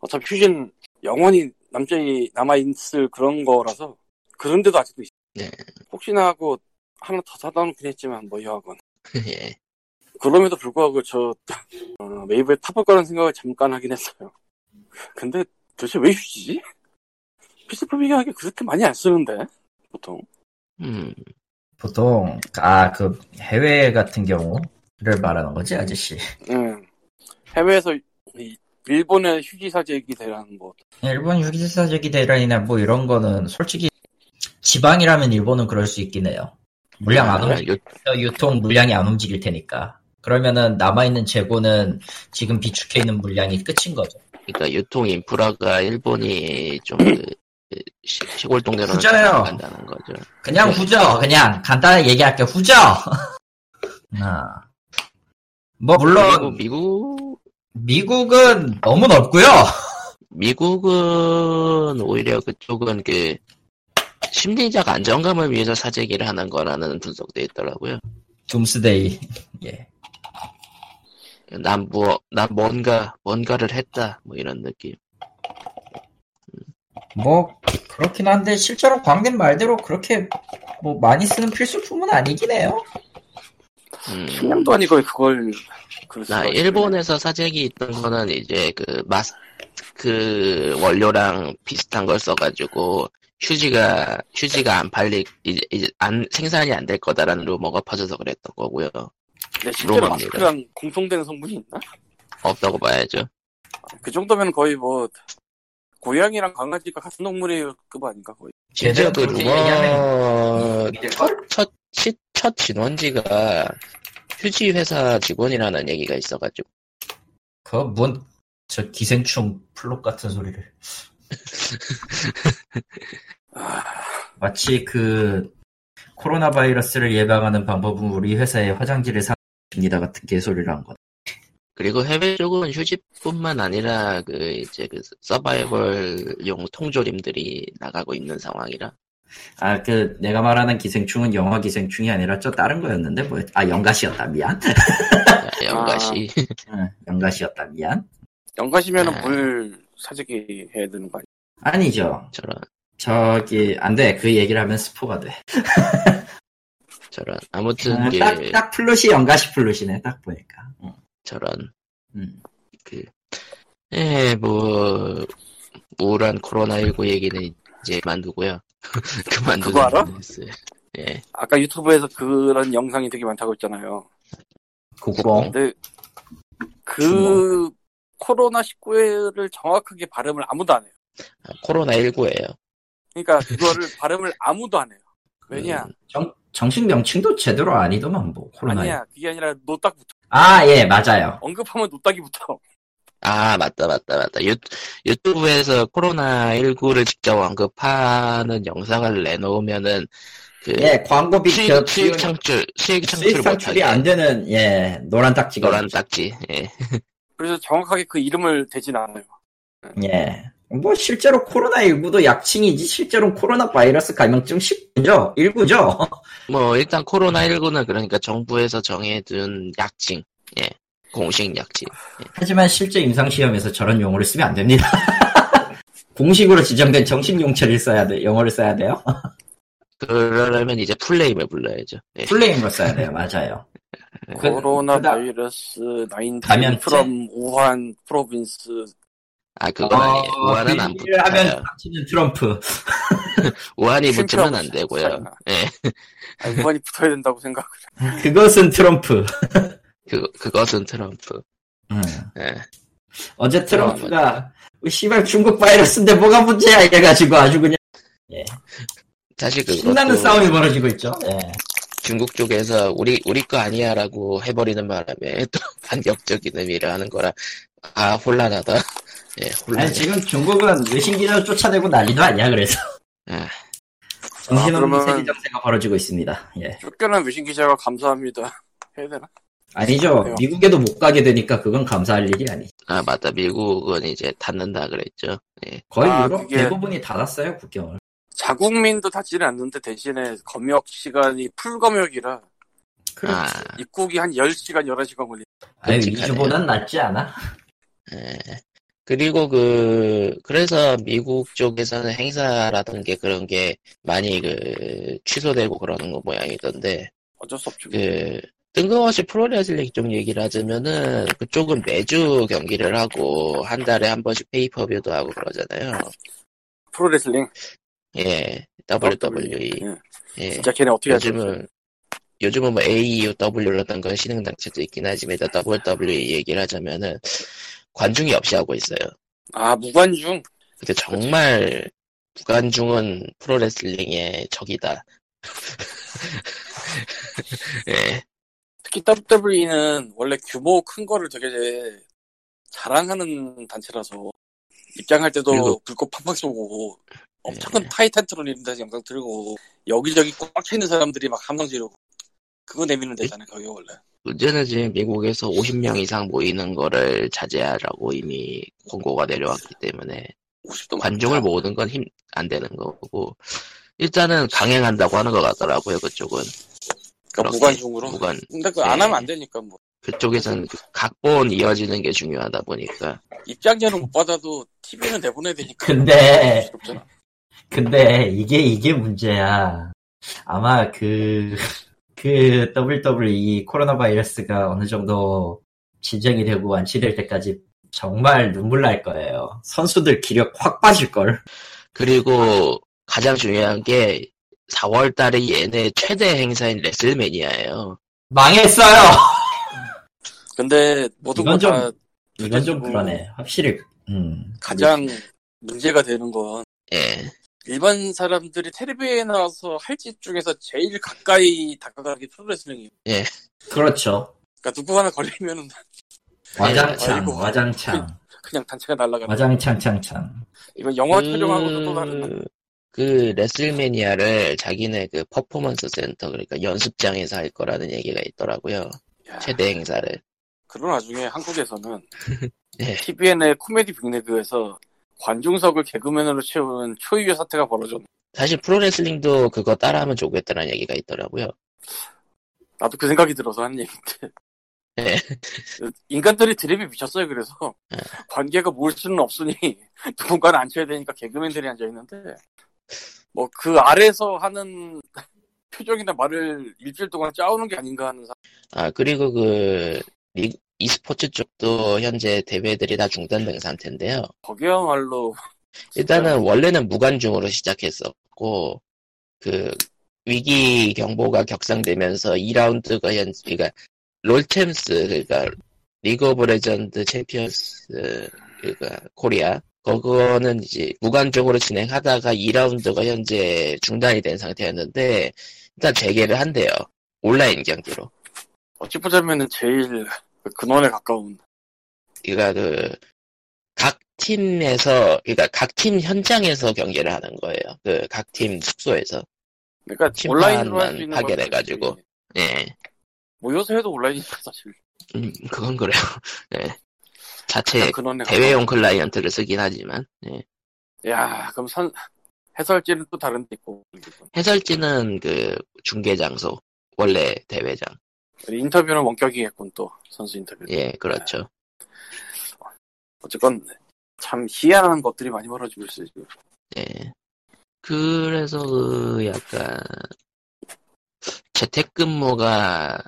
[SPEAKER 3] 어차피 휴지는 영원히 남자이 남아있을 그런 거라서 그런데도 아직도 있어.
[SPEAKER 1] 네.
[SPEAKER 3] 혹시나 하고 하나 더 사다 놓긴 했지만 뭐 여하건.
[SPEAKER 1] <laughs> 예.
[SPEAKER 3] 그럼에도 불구하고 저 어, 웨이브에 타볼 거라는 생각을 잠깐 하긴 했어요. 근데 도대체 왜 휴지지? 필수품이긴 하게 그렇게 많이 안 쓰는데 보통
[SPEAKER 1] 음.
[SPEAKER 2] 보통 아 그 해외 같은 경우를 말하는 거지 아저씨.
[SPEAKER 3] 응. 예. 해외에서 이 일본의 휴지 사재기 대란 뭐
[SPEAKER 2] 일본 휴지사재기 대란이나 뭐 이런 거는 솔직히 지방이라면 일본은 그럴 수 있긴 해요. 물량 안
[SPEAKER 1] 아,
[SPEAKER 2] 움직,
[SPEAKER 1] 이거
[SPEAKER 2] 어, 유통 물량이 안 움직일 테니까. 그러면은 남아있는 재고는 지금 비축해 있는 물량이 끝인 거죠.
[SPEAKER 1] 그러니까 유통 인프라가 일본이
[SPEAKER 2] 음.
[SPEAKER 1] 좀그 시골 동네로는
[SPEAKER 2] 부자예요.
[SPEAKER 1] 잘 간다는 거죠.
[SPEAKER 2] 그냥
[SPEAKER 1] 네.
[SPEAKER 2] 후져. 그냥 간단하게 얘기할게. 후져. <laughs> 아. 뭐 물론
[SPEAKER 1] 미국
[SPEAKER 2] 미국은 너무 넓고요.
[SPEAKER 1] 미국 은 오히려 그쪽은 그 심리적 안정감을 위해서 사재기를 하는 거라는 분석도 있더라고요.
[SPEAKER 2] 둠스데이. <laughs> 예.
[SPEAKER 1] 난 뭐, 난 뭔가 뭔가를 했다 뭐 이런 느낌.
[SPEAKER 2] 뭐 그렇긴 한데 실제로 광님 말대로 그렇게 뭐 많이 쓰는 필수품은 아니긴 해요.
[SPEAKER 1] 음.
[SPEAKER 3] 식량도 아니고 그걸 그럴
[SPEAKER 1] 나
[SPEAKER 3] 수가 있네.
[SPEAKER 1] 일본에서 사재기 있던 거는 이제 그 마스크 원료랑 비슷한 걸 써가지고 휴지가 휴지가 안 팔리 이제, 이제 안 생산이 안 될 거다라는 루머가 퍼져서 그랬던 거고요.
[SPEAKER 3] 근데 실제로
[SPEAKER 1] 로마입니다.
[SPEAKER 3] 마스크랑 공통되는 성분이 있나?
[SPEAKER 1] 없다고 봐야죠.
[SPEAKER 3] 그 정도면 거의 뭐 고양이랑 강아지가 같은 동물의 급 아닌가 거의.
[SPEAKER 1] 심지어 그
[SPEAKER 2] 그렇게 얘기하면 음,
[SPEAKER 1] 루머
[SPEAKER 2] 이길걸?
[SPEAKER 1] 첫, 시- 첫 진원지가 휴지 회사 직원이라는 얘기가 있어가지고
[SPEAKER 2] 그 그뭔저 기생충 플롯 같은 소리를 마치 그 코로나 바이러스를 예방하는 방법은 우리 회사의 화장지를 사입니다 같은 개소리를 한 거.
[SPEAKER 1] 그리고 해외 쪽은 휴지뿐만 아니라 그 이제 그 서바이벌용 통조림들이 나가고 있는 상황이라
[SPEAKER 2] 아 그 내가 말하는 기생충은 영화 기생충이 아니라 저 다른 거였는데 뭐? 아 영가시였다 미안. 아.
[SPEAKER 1] 연가시 <laughs>
[SPEAKER 2] 응, 영가시였다 미안.
[SPEAKER 3] 연가시면은
[SPEAKER 1] 아.
[SPEAKER 3] 물 사재기 해야 되는 거 아니야?
[SPEAKER 2] 아니죠.
[SPEAKER 1] 저런
[SPEAKER 2] 저기 안돼 그 얘기를 하면 스포가 돼.
[SPEAKER 1] 저런 아무튼 그
[SPEAKER 2] 딱딱 플롯이 영가시 플롯이네 딱 보니까. 응,
[SPEAKER 1] 저런 예,
[SPEAKER 2] 응.
[SPEAKER 1] 그예뭐 우울한 코로나 19 얘기는 이제 만두고요 <laughs> 그만두고
[SPEAKER 3] 그거 알아?
[SPEAKER 1] 예
[SPEAKER 3] 아까 유튜브에서 그런 영상이 되게 많다고 했잖아요.
[SPEAKER 2] 고구롱.
[SPEAKER 3] 근데 그
[SPEAKER 2] 주먹.
[SPEAKER 1] 뭐.
[SPEAKER 3] 코로나 19를 정확하게 발음을 아무도 안 해요.
[SPEAKER 1] 코로나 19예요
[SPEAKER 3] 그러니까 그거를 <laughs> 발음을 아무도 안 해요.
[SPEAKER 1] 음.
[SPEAKER 3] 왜냐?
[SPEAKER 2] 정, 정식 명칭도 제대로 아니더만 뭐 코로나.
[SPEAKER 3] 아니야. 그게 아니라 노딱 붙어.
[SPEAKER 2] 아 예 맞아요.
[SPEAKER 3] 언급하면 노딱이 붙어.
[SPEAKER 1] 아, 맞다, 맞다, 맞다. 유, 유튜브에서 코로나19를 직접 언급하는 영상을 내놓으면은, 그,
[SPEAKER 2] 예, 광고
[SPEAKER 1] 수익,
[SPEAKER 2] 비켜
[SPEAKER 1] 수익 창출, 수익 창출
[SPEAKER 2] 수익 창출이
[SPEAKER 1] 못하게.
[SPEAKER 2] 안 되는 예 노란 딱지가
[SPEAKER 1] 노란 딱지, 예.
[SPEAKER 3] 그래서 정확하게 그 이름을 대진 않아요.
[SPEAKER 2] 예. 뭐 실제로 코로나19도 약칭이지 실제로는 코로나 바이러스 감염증 19죠? 19죠? <laughs>
[SPEAKER 1] 뭐, 일단 코로나19는 그러니까 정부에서 정해둔 약칭, 예. 공식 약칭.
[SPEAKER 2] 하지만 실제 임상시험에서 저런 용어를 쓰면 안 됩니다. <laughs> 공식으로 지정된 정식 용체를 써야 돼, 영어를 써야 돼요?
[SPEAKER 1] 그러려면 이제 풀네임을 불러야죠. 예.
[SPEAKER 2] 플레임으로 써야 돼요, 맞아요.
[SPEAKER 1] 네.
[SPEAKER 2] 그-
[SPEAKER 3] 코로나
[SPEAKER 2] 그다-
[SPEAKER 3] 바이러스 19
[SPEAKER 2] 감염증?
[SPEAKER 3] from 우한 프로빈스
[SPEAKER 1] 아, 그건 아니에요.
[SPEAKER 2] 어,
[SPEAKER 1] 우한은
[SPEAKER 2] 그
[SPEAKER 1] 안
[SPEAKER 2] 일을 하면
[SPEAKER 1] 붙어요.
[SPEAKER 2] 닥치는 트럼프.
[SPEAKER 1] 우한이 붙으면
[SPEAKER 3] 심플하고
[SPEAKER 1] 안 되고요.
[SPEAKER 3] 차이나.
[SPEAKER 1] 예.
[SPEAKER 3] 아, 우한이 붙어야 된다고 생각.
[SPEAKER 2] 그것은 트럼프.
[SPEAKER 1] 그, 그것은 트럼프.
[SPEAKER 2] 음.
[SPEAKER 1] 예.
[SPEAKER 2] 어제 트럼프가 씨발 중국 바이러스인데 뭐가 문제야 이래가지고 아주 그냥
[SPEAKER 1] 사실 그것도
[SPEAKER 2] 신나는 싸움이 벌어지고 있죠. 예.
[SPEAKER 1] 중국 쪽에서 우리 우리 거 아니야라고 해버리는 바람에 <laughs> 또 반격적인 의미를 하는 거라 아 혼란하다. <laughs> 예, 혼란.
[SPEAKER 2] 아니, 지금 중국은 외신기자를 쫓아내고 난리도 아니야 그래서.
[SPEAKER 1] 예.
[SPEAKER 2] 정신없는
[SPEAKER 3] 아, 그러면은-
[SPEAKER 2] 세계 정세가 벌어지고 있습니다. 예.
[SPEAKER 3] 쫓겨난 외신 기자가 감사합니다. <laughs> 해야 되나?
[SPEAKER 2] 아니죠.
[SPEAKER 3] 그래요.
[SPEAKER 2] 미국에도 못 가게 되니까 그건 감사할 일이 아니.
[SPEAKER 1] 아 맞다. 미국은 이제 닫는다 그랬죠. 예.
[SPEAKER 2] 거의
[SPEAKER 3] 아,
[SPEAKER 2] 유럽
[SPEAKER 3] 그게-
[SPEAKER 2] 대부분이 닫았어요 국경을.
[SPEAKER 3] 자국민도 닫지는 않는데 대신에 검역 시간이 풀검역이라
[SPEAKER 1] 아, 그
[SPEAKER 2] 그렇지.
[SPEAKER 3] 입국이 한 10시간, 11시간 걸리
[SPEAKER 2] 아니
[SPEAKER 1] 끔찍하네요.
[SPEAKER 2] 이주보단 낫지 않아?
[SPEAKER 1] 예. 그리고 그 그래서 미국 쪽에서는 행사라든게 그런 게 많이 그 취소되고 그러는 거 모양이던데
[SPEAKER 3] 어쩔 수 없죠.
[SPEAKER 1] 그 뜬금없이 프로레슬링 쪽 얘기를 하자면은 그쪽은 매주 경기를 하고 한 달에 한 번씩 페이퍼뷰도 하고 그러잖아요.
[SPEAKER 3] 프로레슬링.
[SPEAKER 1] 예, WWE.
[SPEAKER 3] 예.
[SPEAKER 1] 예.
[SPEAKER 3] 진짜 걔네 어떻게 하지?
[SPEAKER 1] 요즘은 요즘은 뭐 AEW라던가 신흥 단체도 있긴 하지만 일단 WWE 얘기를 하자면은 관중이 없이 하고 있어요.
[SPEAKER 3] 아, 무관중.
[SPEAKER 1] 근데
[SPEAKER 3] 그렇죠.
[SPEAKER 1] 정말 무관중은 프로레슬링의 적이다. <laughs> 예,
[SPEAKER 3] 특히 WWE는 원래 규모 큰 거를 되게 자랑하는 단체라서 입장할 때도
[SPEAKER 1] 그리고-
[SPEAKER 3] 불꽃 팍팍 쏘고 엄청난 타이탄 트론 이런 데서 영상 들고 여기저기 꽉 차 있는 사람들이 막 함성 지르고 그거 내미는 데잖아요, 거기 원래.
[SPEAKER 1] 문제는 지금 미국에서 50명 이상 모이는 거를 자제하라고 이미 권고가 내려왔기 때문에
[SPEAKER 3] 50도
[SPEAKER 1] 관중을 모으는 건 힘 안 되는 거고 일단은 강행한다고 하는 것 같더라고요 그쪽은 그렇게
[SPEAKER 3] 그러니까 무관중으로.
[SPEAKER 1] 무관
[SPEAKER 3] 근데 그거 안
[SPEAKER 1] 네.
[SPEAKER 3] 하면 안 되니까 뭐
[SPEAKER 1] 그쪽에서는 그 각본 이어지는 게 중요하다 보니까
[SPEAKER 3] 입장료는 못 받아도 TV는 내보내야 되니까.
[SPEAKER 2] 근데-
[SPEAKER 3] 없잖아.
[SPEAKER 2] 근데 이게 이게 문제야. 아마 그, 그 WWE 코로나 바이러스가 어느 정도 진정이 되고 완치될 때까지 정말 눈물 날 거예요. 선수들 기력 확 빠질걸.
[SPEAKER 1] 그리고 가장 중요한 게 4월 달에 얘네 최대 행사인 레슬매니아예요.
[SPEAKER 3] <laughs>
[SPEAKER 2] 망했어요!
[SPEAKER 3] 근데 모든
[SPEAKER 2] 이건
[SPEAKER 3] 거다
[SPEAKER 2] 이건 좀 그러네. 확실히, 음.
[SPEAKER 3] 가장 문제가 되는 건
[SPEAKER 1] 예.
[SPEAKER 3] 일반 사람들이 텔레비에 나와서 할 짓 중에서 제일 가까이 다가가기 프로레슬링이에요.
[SPEAKER 2] 그렇죠.
[SPEAKER 3] 그러니까 누구 하나 걸리면
[SPEAKER 2] 와장창,
[SPEAKER 3] 네, 아이고.
[SPEAKER 2] 와장창,
[SPEAKER 3] <laughs> 그냥 단체가 날아가는.
[SPEAKER 2] 와장창창창.
[SPEAKER 3] 이건 영화
[SPEAKER 1] 그-
[SPEAKER 3] 촬영하고도 또 다른.
[SPEAKER 1] 그 레슬매니아를 자기네 그 퍼포먼스 센터 그러니까 연습장에서 할 거라는 얘기가 있더라고요.
[SPEAKER 3] 야,
[SPEAKER 1] 최대 행사를.
[SPEAKER 3] 그런 와중에 한국에서는
[SPEAKER 1] 예.
[SPEAKER 3] TVN의 코미디 빅리그에서 관중석을 개그맨으로 채우는 초유의 사태가 벌어졌.
[SPEAKER 1] 사실 프로레슬링도 그거 따라하면 좋겠다는 얘기가 있더라고요.
[SPEAKER 3] 나도 그 생각이 들어서 한 얘기인데.
[SPEAKER 1] 예.
[SPEAKER 3] 인간들이 드립이 미쳤어요. 그래서
[SPEAKER 1] 예.
[SPEAKER 3] 관계가 모을 수는 없으니 <laughs> 누군가는 앉혀야 되니까 개그맨들이 앉아 있는데 뭐 그 아래서 하는 <laughs> 표정이나 말을 일주일 동안 짜오는 게 아닌가 하는 사
[SPEAKER 1] 아, 그리고 그 리- e스포츠 쪽도 현재 대회들이 다 중단된 상태인데요.
[SPEAKER 3] 거기야말로
[SPEAKER 1] 일단은 원래는 무관중으로 시작했었고 그 위기 경보가 격상되면서 2라운드가 현 그러니까 롤챔스 그러니까 리그 오브 레전드 챔피언스 그러니까 코리아 그거는 이제 무관중으로 진행하다가 2라운드가 현재 중단이 된 상태였는데 일단 재개를 한대요 온라인 경기로
[SPEAKER 3] 어찌 보자면은 제일 근원에 그 가까운
[SPEAKER 1] 그러니까 그 각 팀에서 그러니까 각 팀 현장에서 경기를 하는 거예요. 그 각 팀 숙소에서.
[SPEAKER 3] 그러니까
[SPEAKER 1] 심판만
[SPEAKER 3] 온라인으로 할 수 있는
[SPEAKER 1] 하게
[SPEAKER 3] 거는
[SPEAKER 1] 돼가지고.
[SPEAKER 3] 사실
[SPEAKER 1] 예.
[SPEAKER 3] 모여서 해도 온라인이니까 사실
[SPEAKER 1] 음, 그건 그래요. <laughs> 예.
[SPEAKER 3] 그러니까 그냥
[SPEAKER 1] 자체
[SPEAKER 3] 근원에
[SPEAKER 1] 대회용 클라이언트를 쓰긴 하지만 예.
[SPEAKER 3] 가서. 야 그럼 선 해설지는 또 다른 데 있고
[SPEAKER 1] 해설지는 그 중계 장소 원래 대회장.
[SPEAKER 3] 인터뷰는 원격이겠군 또 선수 인터뷰
[SPEAKER 1] 예, 그렇죠.
[SPEAKER 3] 어쨌건 참 희한한 것들이 많이 벌어지고 있어요 지금
[SPEAKER 1] 예. 그래서 그 약간 재택근무가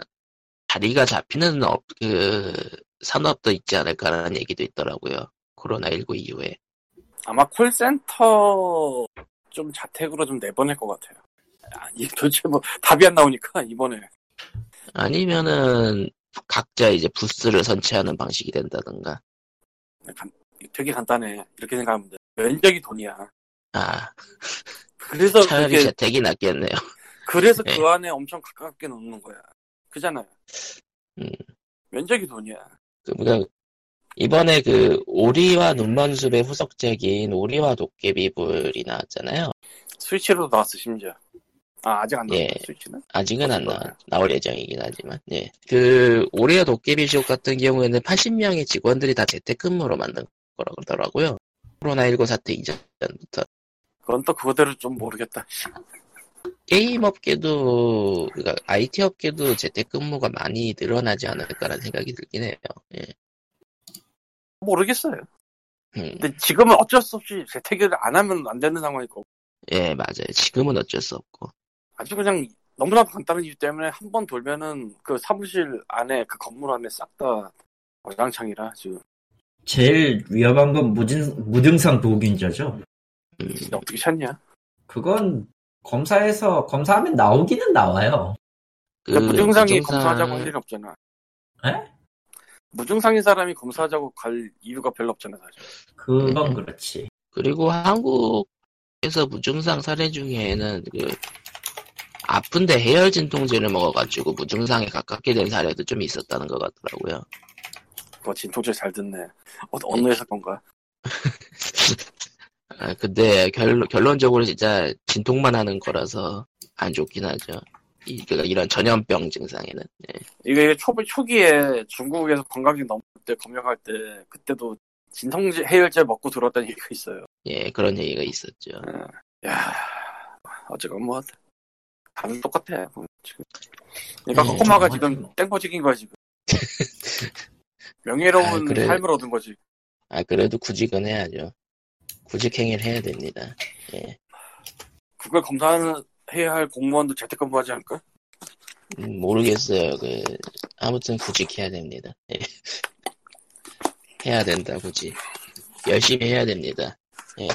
[SPEAKER 1] 다리가 잡히는 업, 그 산업도 있지 않을까라는 얘기도 있더라고요. 코로나19 이후에.
[SPEAKER 3] 아마 콜센터 좀 자택으로 좀 내보낼 것 같아요 아, 이 도대체 뭐 답이 안 나오니까 이번에
[SPEAKER 1] 아니면은 각자 이제 부스를 선취하는 방식이 된다든가.
[SPEAKER 3] 간- 되게 간단해 이렇게 생각하면 돼 면적이 돈이야
[SPEAKER 1] 아,
[SPEAKER 3] 그래서
[SPEAKER 1] 차라리
[SPEAKER 3] 그게
[SPEAKER 1] 재택이 낫겠네요. <laughs>
[SPEAKER 3] 그래서
[SPEAKER 1] 네.
[SPEAKER 3] 그 안에 엄청 가깝게 놓는 거야. 그잖아요.
[SPEAKER 1] 음.
[SPEAKER 3] 면적이 돈이야.
[SPEAKER 1] 그러니까 이번에 그 오리와 눈먼숲의 후속작인 오리와 도깨비불이 나왔잖아요.
[SPEAKER 3] 스위치로도 나왔어, 심지어. 아, 아직 안 나왔어,
[SPEAKER 1] 예.
[SPEAKER 3] 스위치는?
[SPEAKER 1] 아직은 안 나와,
[SPEAKER 3] 어떤 거예요?
[SPEAKER 1] 나올 예정이긴 하지만, 예. 그, 올해 도깨비 지옥 같은 경우에는 80명의 직원들이 다 재택근무로 만든 거라고 하더라고요. 코로나19 사태 이전부터.
[SPEAKER 3] 그건 또 그거대로 좀 모르겠다.
[SPEAKER 1] 게임 업계도, 그러니까 IT 업계도 재택근무가 많이 늘어나지 않을까라는 생각이 들긴 해요. 예.
[SPEAKER 3] 모르겠어요.
[SPEAKER 1] 음,
[SPEAKER 3] 근데 지금은 어쩔 수 없이 재택을 안 하면 안 되는 상황이고.
[SPEAKER 1] 예, 맞아요. 지금은 어쩔 수 없고.
[SPEAKER 3] 아주 그냥 너무나도 간단한 이유 때문에 한 번 돌면은 그 사무실 안에, 그 건물 안에 싹다 어장창이라 지금.
[SPEAKER 2] 제일 위험한 건 무진, 무증상 도균자죠.
[SPEAKER 1] 음,
[SPEAKER 3] 진짜 어떻게 찾냐?
[SPEAKER 2] 그건 검사에서 검사하면 나오기는 나와요.
[SPEAKER 1] 그,
[SPEAKER 3] 근데 무증상이
[SPEAKER 1] 무증상-
[SPEAKER 3] 그러니까 검사하자고 할 일은 없잖아.
[SPEAKER 2] 에?
[SPEAKER 3] 무증상인 사람이 검사하자고 갈 이유가 별로 없잖아, 사실.
[SPEAKER 2] 그건
[SPEAKER 1] 음.
[SPEAKER 2] 그렇지.
[SPEAKER 1] 그리고 한국에서 무증상 사례 중에는 그 아픈데 해열 진통제를 먹어가지고 무증상에 가깝게 된 사례도 좀 있었다는 것 같더라고요.
[SPEAKER 3] 그거 진통제 잘 듣네. 어, 어느 회사 건가?
[SPEAKER 1] 아, 근데 결, 결론적으로 진짜 진통만 하는 거라서 안 좋긴 하죠. 이, 그러니까 이런 전염병 증상에는 예.
[SPEAKER 3] 이게 초, 초기에 중국에서 관광객 넘을 때, 검역할 때, 그때도 진통제, 해열제 먹고 들어왔다는 얘기가 있어요.
[SPEAKER 1] 예, 그런 얘기가 있었죠.
[SPEAKER 3] 야 어쨌건 뭐, 다들 똑같아. 뭐, 지금. 그러니까
[SPEAKER 1] 예,
[SPEAKER 3] 코코마가
[SPEAKER 2] 정말.
[SPEAKER 3] 지금 땡볕 찍인 거야, 지금. <laughs> 명예로운
[SPEAKER 1] 아, 그래.
[SPEAKER 3] 삶을 얻은 거지.
[SPEAKER 1] 아 그래도 구직은 해야죠. 구직 행위를 해야 됩니다.
[SPEAKER 3] 그걸 검사하는, 해야 할 공무원도 재택근무 하지 않을까?
[SPEAKER 1] 음, 모르겠어요. 그 아무튼 구직해야 됩니다. 예. 해야 된다 굳이 열심히 해야 됩니다. 예.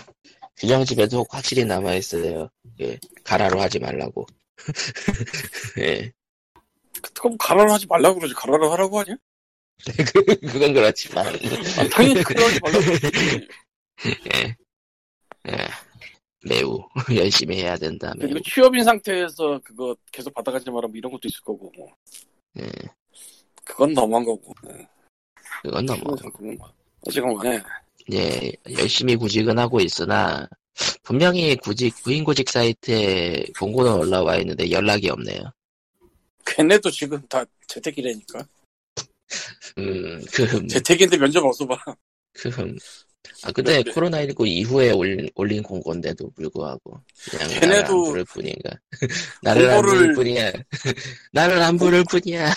[SPEAKER 1] 규정집에도 확실히 남아 있어요. 예. 가라로 하지 말라고. <laughs> 예. <laughs>
[SPEAKER 3] 그럼 뭐 가라로 하지 말라고 그러지. 가라로 하라고 하냐?
[SPEAKER 1] 그건 그렇지만 <laughs>
[SPEAKER 3] 아,
[SPEAKER 1] 네.
[SPEAKER 3] 당연히 가라로 하지 말라고 그러지.
[SPEAKER 1] 예. 예. 매우 열심히 해야 된다. 매우.
[SPEAKER 3] 그리고 취업인 상태에서 그거 계속 받아가지 마라 뭐 이런 것도 있을 거고 뭐.
[SPEAKER 1] 예.
[SPEAKER 3] 그건 너무한 거고 네.
[SPEAKER 1] 그건 너무
[SPEAKER 3] 그건 뭐. 어쨌건 간에
[SPEAKER 1] 예, 열심히 구직은 하고 있으나, 분명히 구직, 구인구직 사이트에 공고는 올라와 있는데 연락이 없네요.
[SPEAKER 3] 걔네도 지금 다 재택이라니까
[SPEAKER 1] 네. 음, 그,
[SPEAKER 3] 재택인데 면접 어서 봐
[SPEAKER 1] 그, 아, 근데
[SPEAKER 3] 그
[SPEAKER 1] 코로나19 이후에 올린, 올린 공고인데도 불구하고, 그냥 나를 안
[SPEAKER 3] 걔네도
[SPEAKER 1] 부를 뿐인가. <laughs> 나를 안 부를
[SPEAKER 3] 공고를-
[SPEAKER 1] 뿐이야. <laughs> 나를 안 부를
[SPEAKER 3] <laughs>
[SPEAKER 1] 뿐이야.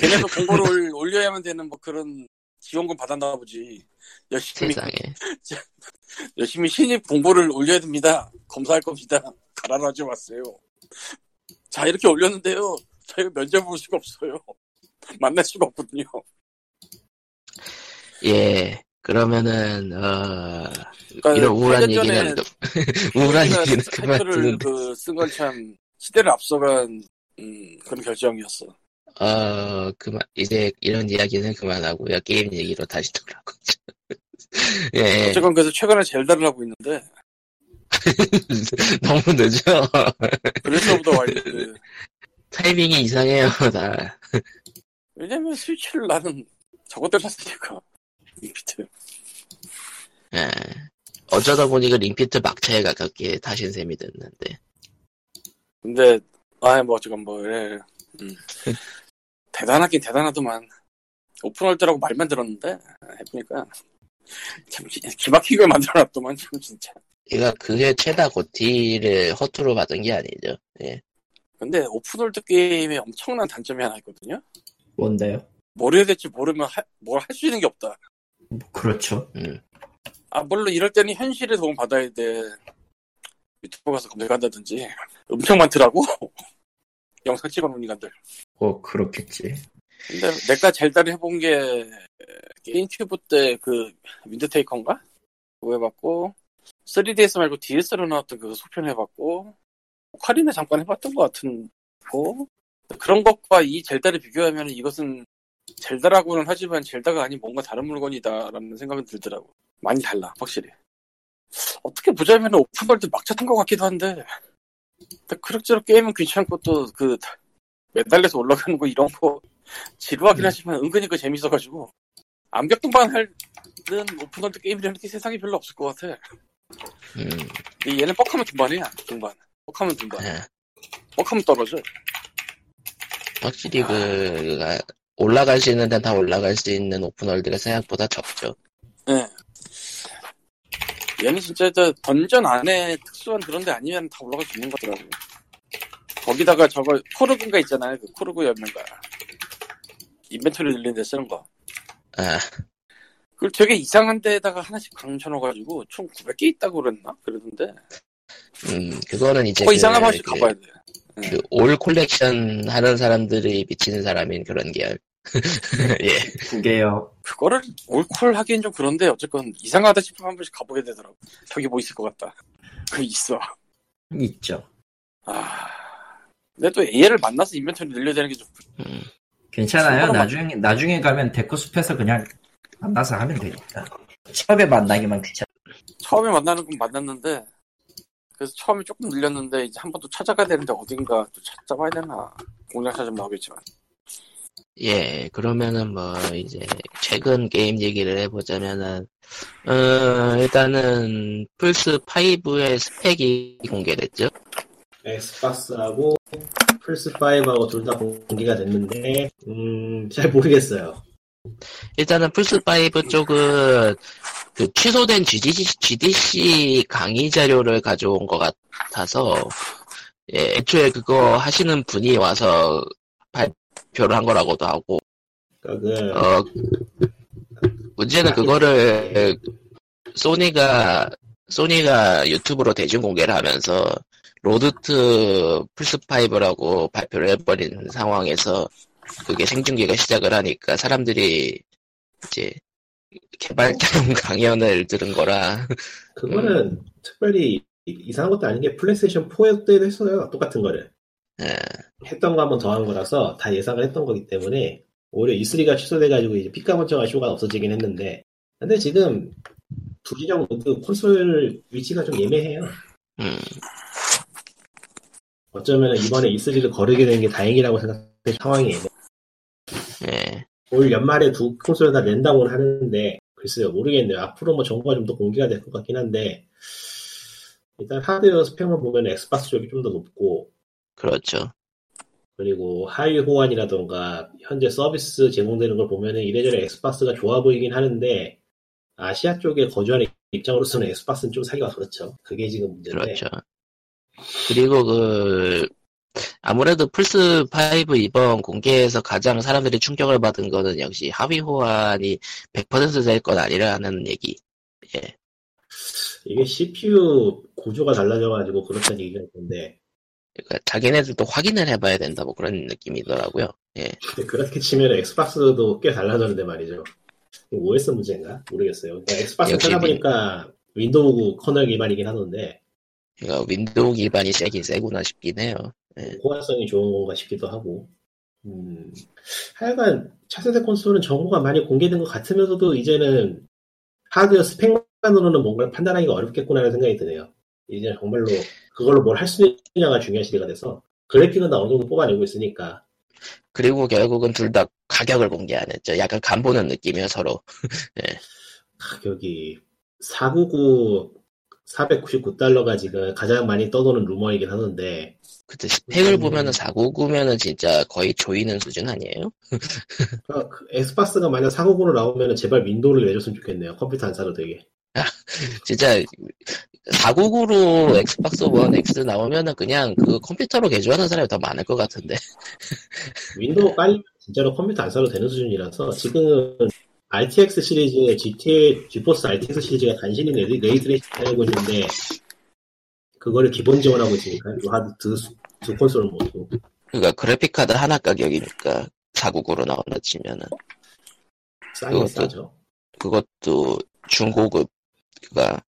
[SPEAKER 3] 걔네도
[SPEAKER 1] <laughs>
[SPEAKER 3] 공고를 올려야만 되는 뭐 그런 지원금 받았나 보지 열심히
[SPEAKER 1] 세상에.
[SPEAKER 3] 열심히 신입 공고를 올려야 됩니다 검사할 겁니다 가라로 하지 마세요 자 이렇게 올렸는데요 저희가 면접 볼 수가 없어요 <laughs> 만날 수가 없거든요
[SPEAKER 1] 예, 그러면은, 어,
[SPEAKER 3] 그러니까
[SPEAKER 1] 이런 우울한
[SPEAKER 3] 8년 전에
[SPEAKER 1] 얘기는, <laughs> 우울한 얘기는 그만
[SPEAKER 3] 를
[SPEAKER 1] 두는데.
[SPEAKER 3] 그쓴 건 참 시대를 앞서간 음, 그런 결정이었어.
[SPEAKER 1] 어, 그만, 이제 이런 이야기는 그만하고요. 게임 얘기로 다시 돌아가죠. <laughs> 예,
[SPEAKER 3] 어쨌건 그래서 최근에 젤다를 하고 있는데
[SPEAKER 1] <laughs> 너무 늦어. <laughs>
[SPEAKER 3] 그래서 보다 와일드.
[SPEAKER 1] 타이밍이 이상해요, 나.
[SPEAKER 3] 왜냐면 스위치를 나는 저것들 샀으니까. 이 비트.
[SPEAKER 1] 예. 어쩌다 보니까 그 링피트 막차에 가깝게 타신 셈이 됐는데.
[SPEAKER 3] 근데 아뭐 어쨌건 뭐 예. 음. 대단하긴 대단하더만 오픈할 때라고 말만 들었는데 해보니까 참 기- 기막히게 <laughs> 만들어놨더만 참 진짜
[SPEAKER 1] 그러니까 그게 최다 고티를 허투루 받은 게 아니죠. 예.
[SPEAKER 3] 근데 오픈월드 게임의 엄청난 단점이 하나 있거든요
[SPEAKER 2] 뭔데요?
[SPEAKER 3] 뭘 해야 될지 모르면 뭘 할 수 있는 게 없다
[SPEAKER 2] 뭐 그렇죠.
[SPEAKER 1] 음.
[SPEAKER 3] 아 물론 이럴 때는 현실의 도움 받아야 돼 유튜브 가서 검색한다든지 <laughs> 엄청 많더라고 <laughs> 영상 찍어놓은 인간들
[SPEAKER 2] 뭐 그렇겠지.
[SPEAKER 3] 근데 내가 젤다를 해본 게 게임큐브 때 그 윈드테이커인가? 그거 해봤고 3DS 말고 DS로 나왔던 그 소편 해봤고 오카리나 잠깐 해봤던 것 같은 거 그런 것과 이 젤다를 비교하면 이것은 젤다라고는 하지만 젤다가 아닌 뭔가 다른 물건이다라는 생각이 들더라고 많이 달라 확실히 어떻게 보자면 오픈월드 막차 탄 것 같기도 한데 근데 그럭저럭 게임은 귀찮고 또 그 매달려서 올라가는 거 이런 거 지루하긴
[SPEAKER 2] 음.
[SPEAKER 3] 하지만 은근히 그 재밌어가지고 암벽등반 할는 오픈월드 게임이라는 게 세상에 별로 없을 것 같아.
[SPEAKER 1] 음.
[SPEAKER 3] 근데 얘는 뻑하면 등반이야. 등반. 뻑하면 등반.
[SPEAKER 1] 예.
[SPEAKER 3] 뻑하면 떨어져.
[SPEAKER 1] 확실히 그 올라갈 수 있는 데는 다 올라갈 수 있는 오픈월드가 생각보다 적죠.
[SPEAKER 3] 예. 얘는 진짜 저 던전 안에 특수한 그런 데 아니면 다 올라갈 수 있는 거더라고. 요 거기다가 저거 코르그가 있잖아요. 그 코르그 열면가. 인벤토리 늘리는 데 쓰는 거.
[SPEAKER 1] 아,
[SPEAKER 3] 그걸 되게 이상한 데에다가 하나씩 강쳐놓아가지고 총 900개 있다고 그랬나? 그러던데.
[SPEAKER 1] 음, 그거는 이제
[SPEAKER 3] 그거 어, 이상한 맛이
[SPEAKER 1] 그-
[SPEAKER 3] 가봐야 돼.
[SPEAKER 1] 그올 콜렉션 하는 사람들이 미치는 사람인 그런 계열. 예.
[SPEAKER 2] 그게요.
[SPEAKER 3] 그거를 올콜 하기엔 좀 그런데 어쨌건 이상하다 싶으면 한 번씩 가보게 되더라고. 저기 뭐 있을 것 같다. <laughs> 그 있어.
[SPEAKER 2] 있죠.
[SPEAKER 3] 아. 근데 또 얘를 만나서 인벤토리 늘려야 되는 게 좀
[SPEAKER 1] 음,
[SPEAKER 2] 괜찮아요.
[SPEAKER 3] 서로
[SPEAKER 2] 나중에 나중에 가면 데크 숲에서 그냥 만나서 하면 되니까. 처음에 만나기만 귀찮.
[SPEAKER 3] 처음에 만나는 건 만났는데 그래서 처음에 조금 늘렸는데 이제 한 번 또 찾아가야 되는데 어딘가 또 찾아봐야 되나 공략 찾으면 나오겠지만
[SPEAKER 1] 예, 그러면은 뭐, 이제, 최근 게임 얘기를 해보자면은, 어, 일단은, 플스5의 스펙이 공개됐죠?
[SPEAKER 4] 엑스박스하고 플스5하고 둘 다 공개가 됐는데, 음, 잘 모르겠어요.
[SPEAKER 1] 일단은 플스5 쪽은, 그 취소된 GDC, GDC 강의 자료를 가져온 것 같아서, 예, 애초에 그거 하시는 분이 와서 발표를 한 거라고도 하고,
[SPEAKER 4] 그러니까
[SPEAKER 1] 어, 문제는 그거를 소니가 소니가 유튜브로 대중 공개를 하면서 로드트 플스 5라고 발표를 해버린 상황에서 그게 생중계가 시작을 하니까 사람들이 이제 개발자용 <laughs> 강연을 들은 거라
[SPEAKER 4] 그, 그거는
[SPEAKER 1] 음.
[SPEAKER 4] 특별히 이상한 것도 아닌 게 플레이스테이션 4 때도 했어요. 똑같은 거를.
[SPEAKER 1] 예,
[SPEAKER 4] 했던 거 한 번 더 한 거라서 다 예상을 했던 거기 때문에 오히려 E3가 취소돼가지고 이제 피카번쩍한 쇼가 없어지긴 했는데 근데 지금 부지정 그 콘솔 위치가 좀 예매해요.
[SPEAKER 1] 음,
[SPEAKER 4] 어쩌면 이번에 E3를 거르게 된 게 다행이라고 생각하는 상황이에요.
[SPEAKER 1] 예.
[SPEAKER 4] 올 연말에 두 콘솔 다 낸다고는 하는데 글쎄요 모르겠네요. 앞으로 뭐 정보가 좀 더 공개가 될 것 같긴 한데 일단 하드웨어 스펙만 보면 엑스박스 쪽이 좀 더 높고
[SPEAKER 1] 그렇죠.
[SPEAKER 4] 그리고 하위 호환이라던가 현재 서비스 제공되는 걸 보면은 이래저래 엑스박스가 좋아 보이긴 하는데 아시아 쪽에 거주하는 입장으로서는 엑스박스는 좀 사기가 그렇죠. 그게 지금 문제인데
[SPEAKER 1] 그렇죠. 그리고 그 아무래도 플스 5 이번 공개에서 가장 사람들이 충격을 받은 거는 역시 하위 호환이 100%될 건 아니라는 얘기. 예.
[SPEAKER 4] 이게 CPU 구조가 달라져가지고 그렇다는 얘기가 있는데
[SPEAKER 1] 그러니까 자기네들도 확인을 해봐야 된다 뭐 그런 느낌이더라고요. 예.
[SPEAKER 4] 근데 그렇게 치면 엑스박스도 꽤 달라졌는데 말이죠. 이거 OS 문제인가? 모르겠어요. 그러니까 엑스박스
[SPEAKER 1] 역시
[SPEAKER 4] 찾아보니까 윈도우 커널 기반이긴 하던데
[SPEAKER 1] 그러니까 윈도우 기반이 세긴 세구나 싶긴 해요.
[SPEAKER 4] 호환성이 좋은 건가 싶기도 하고. 음, 하여간 차세대 콘솔은 정보가 많이 공개된 것 같으면서도 이제는 하드웨어 스펙만으로는 뭔가를 판단하기가 어렵겠구나라는 생각이 드네요. 이제 정말로 그걸로 뭘 할 수 있느냐가 중요한 시대가 돼서 그래픽은 다 어느 정도 뽑아내고 있으니까
[SPEAKER 1] 그리고 결국은 둘 다 가격을 공개 안 했죠. 약간 간보는 느낌이에요 서로.
[SPEAKER 4] 가격이 499 499달러가 지금 가장 많이 떠도는 루머이긴 하던데
[SPEAKER 1] 그때 스펙을
[SPEAKER 4] 음.
[SPEAKER 1] 보면은 499면은 진짜 거의 조이는 수준 아니에요?
[SPEAKER 4] 어, 그 엑스박스가 만약 499로 나오면 제발 윈도우를 내줬으면 좋겠네요. 컴퓨터 안 사도 되게.
[SPEAKER 1] 진짜 499로 엑스박스 원 X 나오면은 그냥 그 컴퓨터로 개조하는 사람이 더 많을 것 같은데
[SPEAKER 4] 윈도우 빨리 진짜로 컴퓨터 안 사도 되는 수준이라서 지금은 RTX 시리즈의 GTA, GeForce RTX 시리즈가 간신히 레이- 레이트레이싱 달고 있는데 그거를 기본 지원하고 있으니까 두 하드 두, 두 콘솔을 모두
[SPEAKER 1] 그러니까 그래픽 카드 하나 가격이니까 499로 나온다 치면은
[SPEAKER 4] 싸긴
[SPEAKER 1] 그것도-
[SPEAKER 4] 싸죠.
[SPEAKER 1] 그것도 중고급 그니까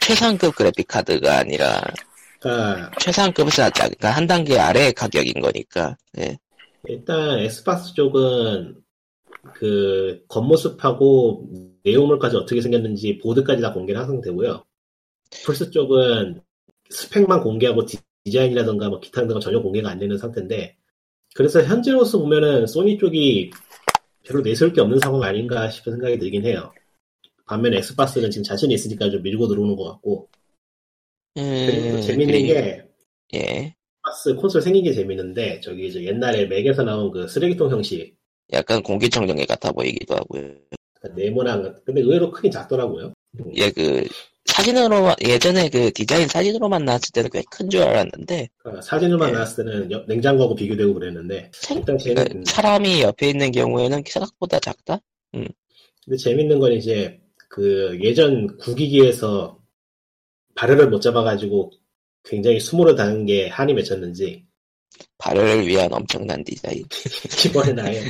[SPEAKER 1] 최상급 그래픽 카드가 아니라
[SPEAKER 4] 그러니까
[SPEAKER 1] 최상급에서 낮- 그러니까 한 단계 아래의 가격인 거니까 예.
[SPEAKER 4] 일단 엑스박스 쪽은 그 겉모습하고 내용물까지 어떻게 생겼는지 보드까지 다 공개를 항상 되고요. 플스 쪽은 스펙만 공개하고 디- 디자인이라던가 뭐 기타 등은 전혀 공개가 안 되는 상태인데 그래서 현재로서 보면은 소니 쪽이 별로 내세울 게 없는 상황 아닌가 싶은 생각이 들긴 해요. 반면 엑스박스는 지금 자신이 있으니까 좀 밀고 들어오는 것 같고 그리고
[SPEAKER 1] 음,
[SPEAKER 4] 재밌는
[SPEAKER 1] 그리고-
[SPEAKER 4] 게
[SPEAKER 1] 예.
[SPEAKER 4] 엑스박스 콘솔 생긴 게 재밌는데 저기 이제 옛날에 맥에서 나온 그 쓰레기통 형식
[SPEAKER 1] 약간 공기청정기 같아 보이기도 하고요.
[SPEAKER 4] 그 네모랑 근데 의외로 크긴 작더라고요.
[SPEAKER 1] 예, 그 사진으로 예전에 그 디자인 사진으로만 나왔을 때는 꽤 큰 줄 알았는데
[SPEAKER 4] 그러니까 사진으로만
[SPEAKER 1] 예.
[SPEAKER 4] 나왔을 때는 여- 냉장고하고 비교되고 그랬는데
[SPEAKER 1] 생,
[SPEAKER 4] 일단 재밌,
[SPEAKER 1] 그러니까 사람이 옆에 있는 경우에는 생각보다 작다.
[SPEAKER 4] 근데 재밌는 건 이제 그 예전 구기기에서 발열을 못 잡아가지고 굉장히 수모를 당한 게 한이 맺혔는지
[SPEAKER 1] 발열을 위한 엄청난 디자인.
[SPEAKER 4] 이번에 나의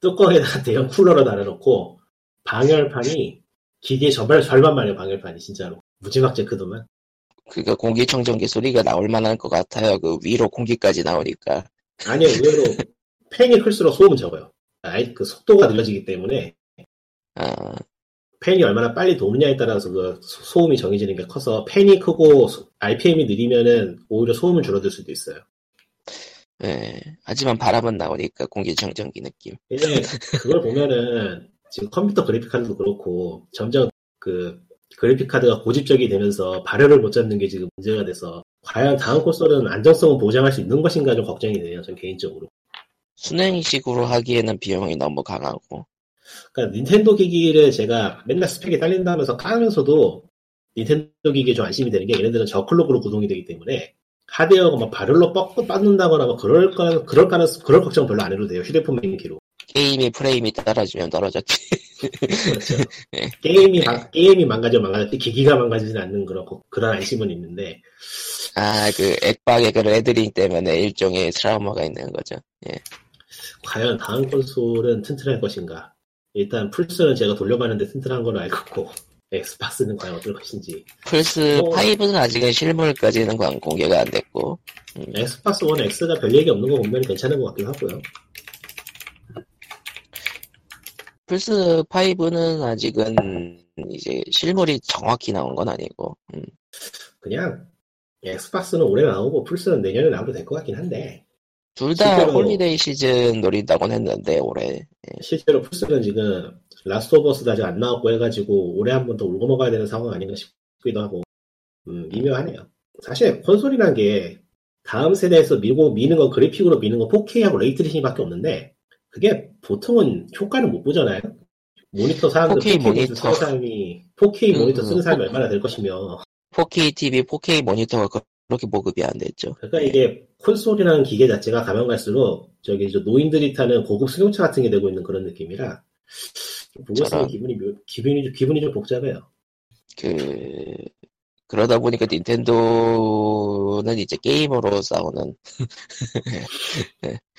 [SPEAKER 4] 뚜껑에다 대형 쿨러로 달아놓고 방열판이 기계 절반 절반만 해요 방열판이 진짜로 무지막지 크더만
[SPEAKER 1] 그러니까 공기청정기 소리가 나올 만한 것 같아요. 그 위로 공기까지 나오니까.
[SPEAKER 4] 아니요 의외로 팬이 클수록 소음은 적어요 아이 그 속도가 느려지기 때문에
[SPEAKER 1] 아,
[SPEAKER 4] 팬이 얼마나 빨리 도느냐에 따라서 그 소- 소음이 정해지는 게 커서 팬이 크고 소- RPM이 느리면은 오히려 소음은 줄어들 수도 있어요.
[SPEAKER 1] 예. 하지만 바람은 나오니까 공기청정기 느낌.
[SPEAKER 4] 예전에 그걸 보면은 지금 컴퓨터 그래픽 카드도 그렇고 점점 그 그래픽 카드가 고집적이 되면서 발열을 못 잡는 게 지금 문제가 돼서 과연 다음 콘솔은 안정성을 보장할 수 있는 것인가 좀 걱정이 돼요. 전 개인적으로.
[SPEAKER 1] 순행식으로 하기에는 비용이 너무 강하고.
[SPEAKER 4] 그러니까 닌텐도 기기를 제가 맨날 스펙이 딸린다면서 까면서도 닌텐도 기기에 좀 안심이 되는 게 얘네들은 저클록으로 구동이 되기 때문에 하드웨어가 막 발열로 뻗고 빠는다거나 막 그럴 거 그럴 가능 그럴 걱정 별로 안 해도 돼요 휴대폰 메인키로
[SPEAKER 1] 게임이 프레임이 떨어지면 떨어졌지. <laughs>
[SPEAKER 4] 그렇죠.
[SPEAKER 1] 네.
[SPEAKER 4] 게임이 막- 게임이 망가져 망가졌지 기기가 망가지진 않는 그런 거- 그런 안심은 있는데
[SPEAKER 1] 아, 그 액박의 그 레드링 때문에 일종의 트라우마가 있는 거죠.
[SPEAKER 4] 과연 다음 콘솔은 튼튼할 것인가 일단 플스는 제가 돌려봤는데 튼튼한 건 알고 있고 <laughs> 엑스박스는 과연 어떨 것인지
[SPEAKER 1] 플스
[SPEAKER 4] 어.
[SPEAKER 1] 5는 아직은 실물까지는 광- 공개가 안 됐고
[SPEAKER 4] 엑스박스 원 X가 별 얘기 없는 거 보면 괜찮은 것 같기도 하고요
[SPEAKER 1] 플스 5는 아직은 이제 실물이 정확히 나온 건 아니고 음.
[SPEAKER 4] 그냥 예, 엑스박스는 올해 나오고 플스는 내년에 나오도 될 것 같긴 한데
[SPEAKER 1] 둘 다
[SPEAKER 4] 실제로-
[SPEAKER 1] 홀리데이 시즌 노린다곤 했는데 올해
[SPEAKER 4] 실제로 플스는 지금 라스트 오브 어스도 아직 안 나왔고 해가지고 올해 한 번 더 울고 먹어야 되는 상황 아닌가 싶기도 하고 음, 미묘하네요 사실 콘솔이란 게 다음 세대에서 밀고 미는 건 그래픽으로 미는 건 4K하고 레이트리싱밖에 없는데 그게 보통은 효과를 못 보잖아요 모니터 사람들
[SPEAKER 1] 4K
[SPEAKER 4] 4K, 모니터
[SPEAKER 1] 모니터.
[SPEAKER 4] 쓰는 사람이 4K
[SPEAKER 1] 음,
[SPEAKER 4] 모니터 쓰는 사람이
[SPEAKER 1] 음.
[SPEAKER 4] 얼마나 될 것이며
[SPEAKER 1] 4K TV, 4K 모니터가 그- 그렇게 보급이 안 됐죠.
[SPEAKER 4] 그러니까 이게 콘솔이라는 기계 자체가 가면 갈수록 저기 저 노인들이 타는 고급 승용차 같은 게 되고 있는 그런 느낌이라 보고 있으면
[SPEAKER 1] 저런.
[SPEAKER 4] 기분이 묘- 기분이 좀- 기분이 좀 복잡해요.
[SPEAKER 1] 그 그러다 보니까 닌텐도는 이제 게임으로 싸우는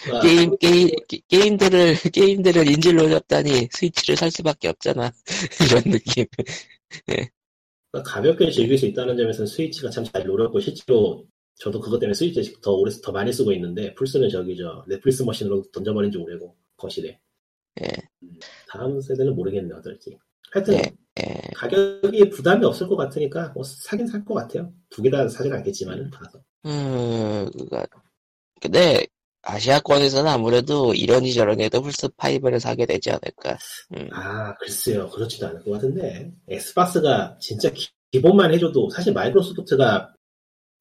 [SPEAKER 4] 그러니까
[SPEAKER 1] 게임 게임 게- 게임들을 <laughs> 게임들을 인질로 잡다니 스위치를 살 수밖에 없잖아 <laughs> 이런 느낌.
[SPEAKER 4] 그러니까 가볍게 즐길 수 있다는 점에서는 스위치가 참 잘 노렸고 실제로 저도 그것 때문에 스위치 더 오래 더 많이 쓰고 있는데 플스는 저기 저 넷플릭스 머신으로 던져버린 지 오래고 거실에.
[SPEAKER 1] 예.
[SPEAKER 4] 다음 세대는 모르겠네 어떨지. 하여튼
[SPEAKER 1] 예, 예.
[SPEAKER 4] 가격이 부담이 없을 것 같으니까 뭐 사긴 살 것 같아요. 두 개 다 사진 않겠지만은 봐서.
[SPEAKER 1] 음, 그니까. 근데, 아시아권에서는 아무래도 이러니 저러니 해도 플스5를 사게 되지 않을까. 음.
[SPEAKER 4] 아, 글쎄요. 그렇지도 않을 것 같은데. 엑스박스가 진짜 기- 기본만 해줘도 사실 마이크로소프트가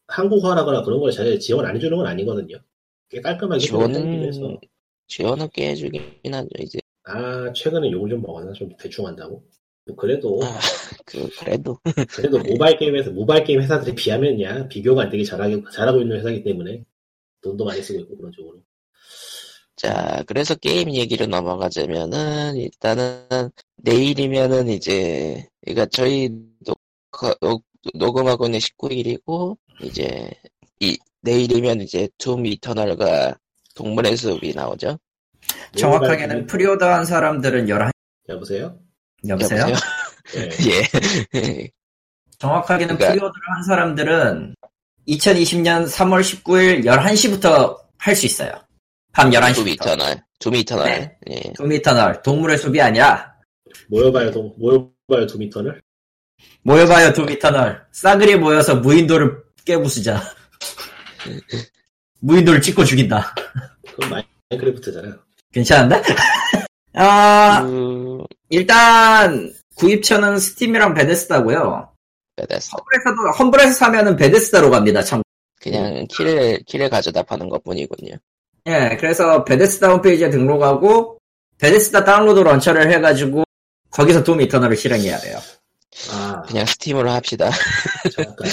[SPEAKER 4] 한국화라거나 그런 걸 잘 지원 안 해주는 건 아니거든요. 꽤 깔끔하게 해주는
[SPEAKER 1] 지원은,
[SPEAKER 4] 해서.
[SPEAKER 1] 지원은 꽤 해주긴 하죠, 이제.
[SPEAKER 4] 아, 최근에 욕을 좀 먹었나? 좀 대충 한다고? 뭐 그래도,
[SPEAKER 1] 아, 그, 그래도.
[SPEAKER 4] 그래도 모바일 게임에서, 모바일 게임 회사들에 비하면 야, 비교가 안 되게 잘하게, 잘하고 있는 회사이기 때문에 돈도 많이 쓰고 있고 그런 쪽으로.
[SPEAKER 1] 자, 그래서 게임 얘기를 넘어가자면은, 일단은, 내일이면은 이제, 그러니까 저희 녹, 녹, 녹음하고 있는 19일이고, 이제, 이, 내일이면 이제 툼 이터널과 동물의 숲이 나오죠.
[SPEAKER 2] 뭐 정확하게는 프리오더 한 사람들은 11,
[SPEAKER 4] 여보세요?
[SPEAKER 2] 여보세요?
[SPEAKER 4] 예.
[SPEAKER 1] <laughs> 예.
[SPEAKER 2] 정확하게는
[SPEAKER 1] 그러니까-
[SPEAKER 2] 프리오더를 한 사람들은 2020년 3월 19일 11시부터 할 수 있어요. 밤
[SPEAKER 1] 툼
[SPEAKER 2] 11시부터.
[SPEAKER 1] 이터널. 툼 이터널.
[SPEAKER 2] 네.
[SPEAKER 1] 예.
[SPEAKER 2] 도미터널, 동물의 숲이 아니라
[SPEAKER 4] 모여봐요, 도, 모여봐요, 도미터널?
[SPEAKER 2] 모여봐요 도미터널. 싸그리 모여서 무인도를
[SPEAKER 1] <laughs>
[SPEAKER 2] 깨부수자. 무인도를 찍고 죽인다.
[SPEAKER 4] 그건 마인크래프트잖아.
[SPEAKER 2] 괜찮은데? <laughs> 아,
[SPEAKER 1] 그,
[SPEAKER 2] 일단 구입처는 스팀이랑 베데스다고요.
[SPEAKER 1] 됐어.
[SPEAKER 2] 험블에서도 험블에서 사면은 베데스다로 갑니다. 참.
[SPEAKER 1] 그냥 키를, 키를 가져다 파는 것 뿐이군요.
[SPEAKER 2] 예, 그래서 베데스다 홈페이지에 등록하고 베데스다 다운로드 런처를 해가지고 거기서 도미터널을 실행해야 돼요.
[SPEAKER 4] 아,
[SPEAKER 1] 그냥 스팀으로 합시다.
[SPEAKER 4] 잠깐,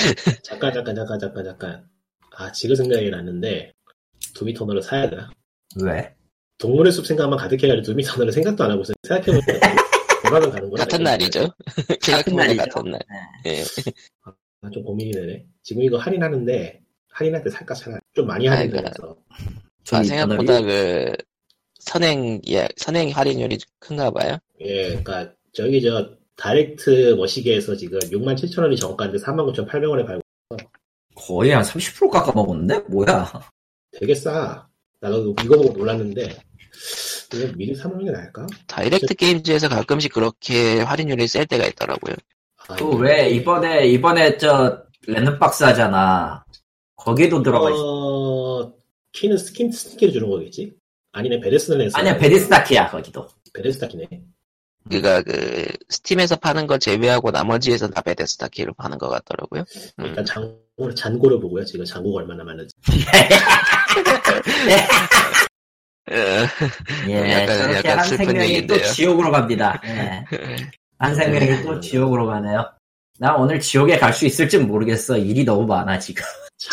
[SPEAKER 4] 잠깐, 잠깐, 잠깐, 잠깐, 잠깐. 아, 지금 생각이 났는데, 도미터널을 사야 되나?
[SPEAKER 2] 왜?
[SPEAKER 4] 동물의 숲 생각만 가득해가지고 도미터널을 생각도 안 하고 있어요. 생각해보니까 돌아는 가는 거야.
[SPEAKER 1] 네. 같은 날이죠. <laughs> 생각해보면 같은 날. 예.
[SPEAKER 4] 아, 좀 고민이 되네. 지금 이거 할인하는데, 할인할 때 살까 살까 좀 많이 할인되면서.
[SPEAKER 1] 아,
[SPEAKER 2] 도미터널이-
[SPEAKER 1] 생각보다 그, 선행, 예, 선행 할인율이 큰가 봐요.
[SPEAKER 4] 예, 그러니까 저기 저 다이렉트 머시기에서 지금 67,000원이 정가인데 49,800원에 팔고
[SPEAKER 2] 거의 한 30% 깎아먹었는데? 뭐야?
[SPEAKER 4] 되게 싸. 나도 이거 보고 놀랐는데, 그냥 미리 사놓는 게 나을까?
[SPEAKER 1] 다이렉트 게임즈에서 가끔씩 그렇게 할인율이 셀 때가 있더라고요.
[SPEAKER 4] 아,
[SPEAKER 2] 또 왜 이번에 이번에 저 랜덤박스 하잖아. 거기도 들어가 있어.
[SPEAKER 4] 어, 키는 스킨 스킨을 주는 거겠지? 아니네 베레스는
[SPEAKER 2] 아니야 베데스다키야 거기도.
[SPEAKER 4] 베레스타키네.
[SPEAKER 1] 그니까 그, 스팀에서 파는 거 제외하고 나머지에서 다 베데스타 키로 파는 것 같더라고요. 음.
[SPEAKER 4] 일단 잔고를 잔고를 보고요. 지금 잔고가 얼마나 많은지.
[SPEAKER 1] 예.
[SPEAKER 2] 예,
[SPEAKER 1] 약간-
[SPEAKER 2] 저렇게
[SPEAKER 1] 약간
[SPEAKER 2] 한
[SPEAKER 1] 슬픈
[SPEAKER 2] 생명이 또
[SPEAKER 1] 얘기인데요.
[SPEAKER 2] 지옥으로 갑니다.
[SPEAKER 1] <laughs>
[SPEAKER 2] 예. 한 생명이 또 지옥으로 가네요. 나 오늘 지옥에 갈 수 있을진 모르겠어. 일이 너무 많아 지금.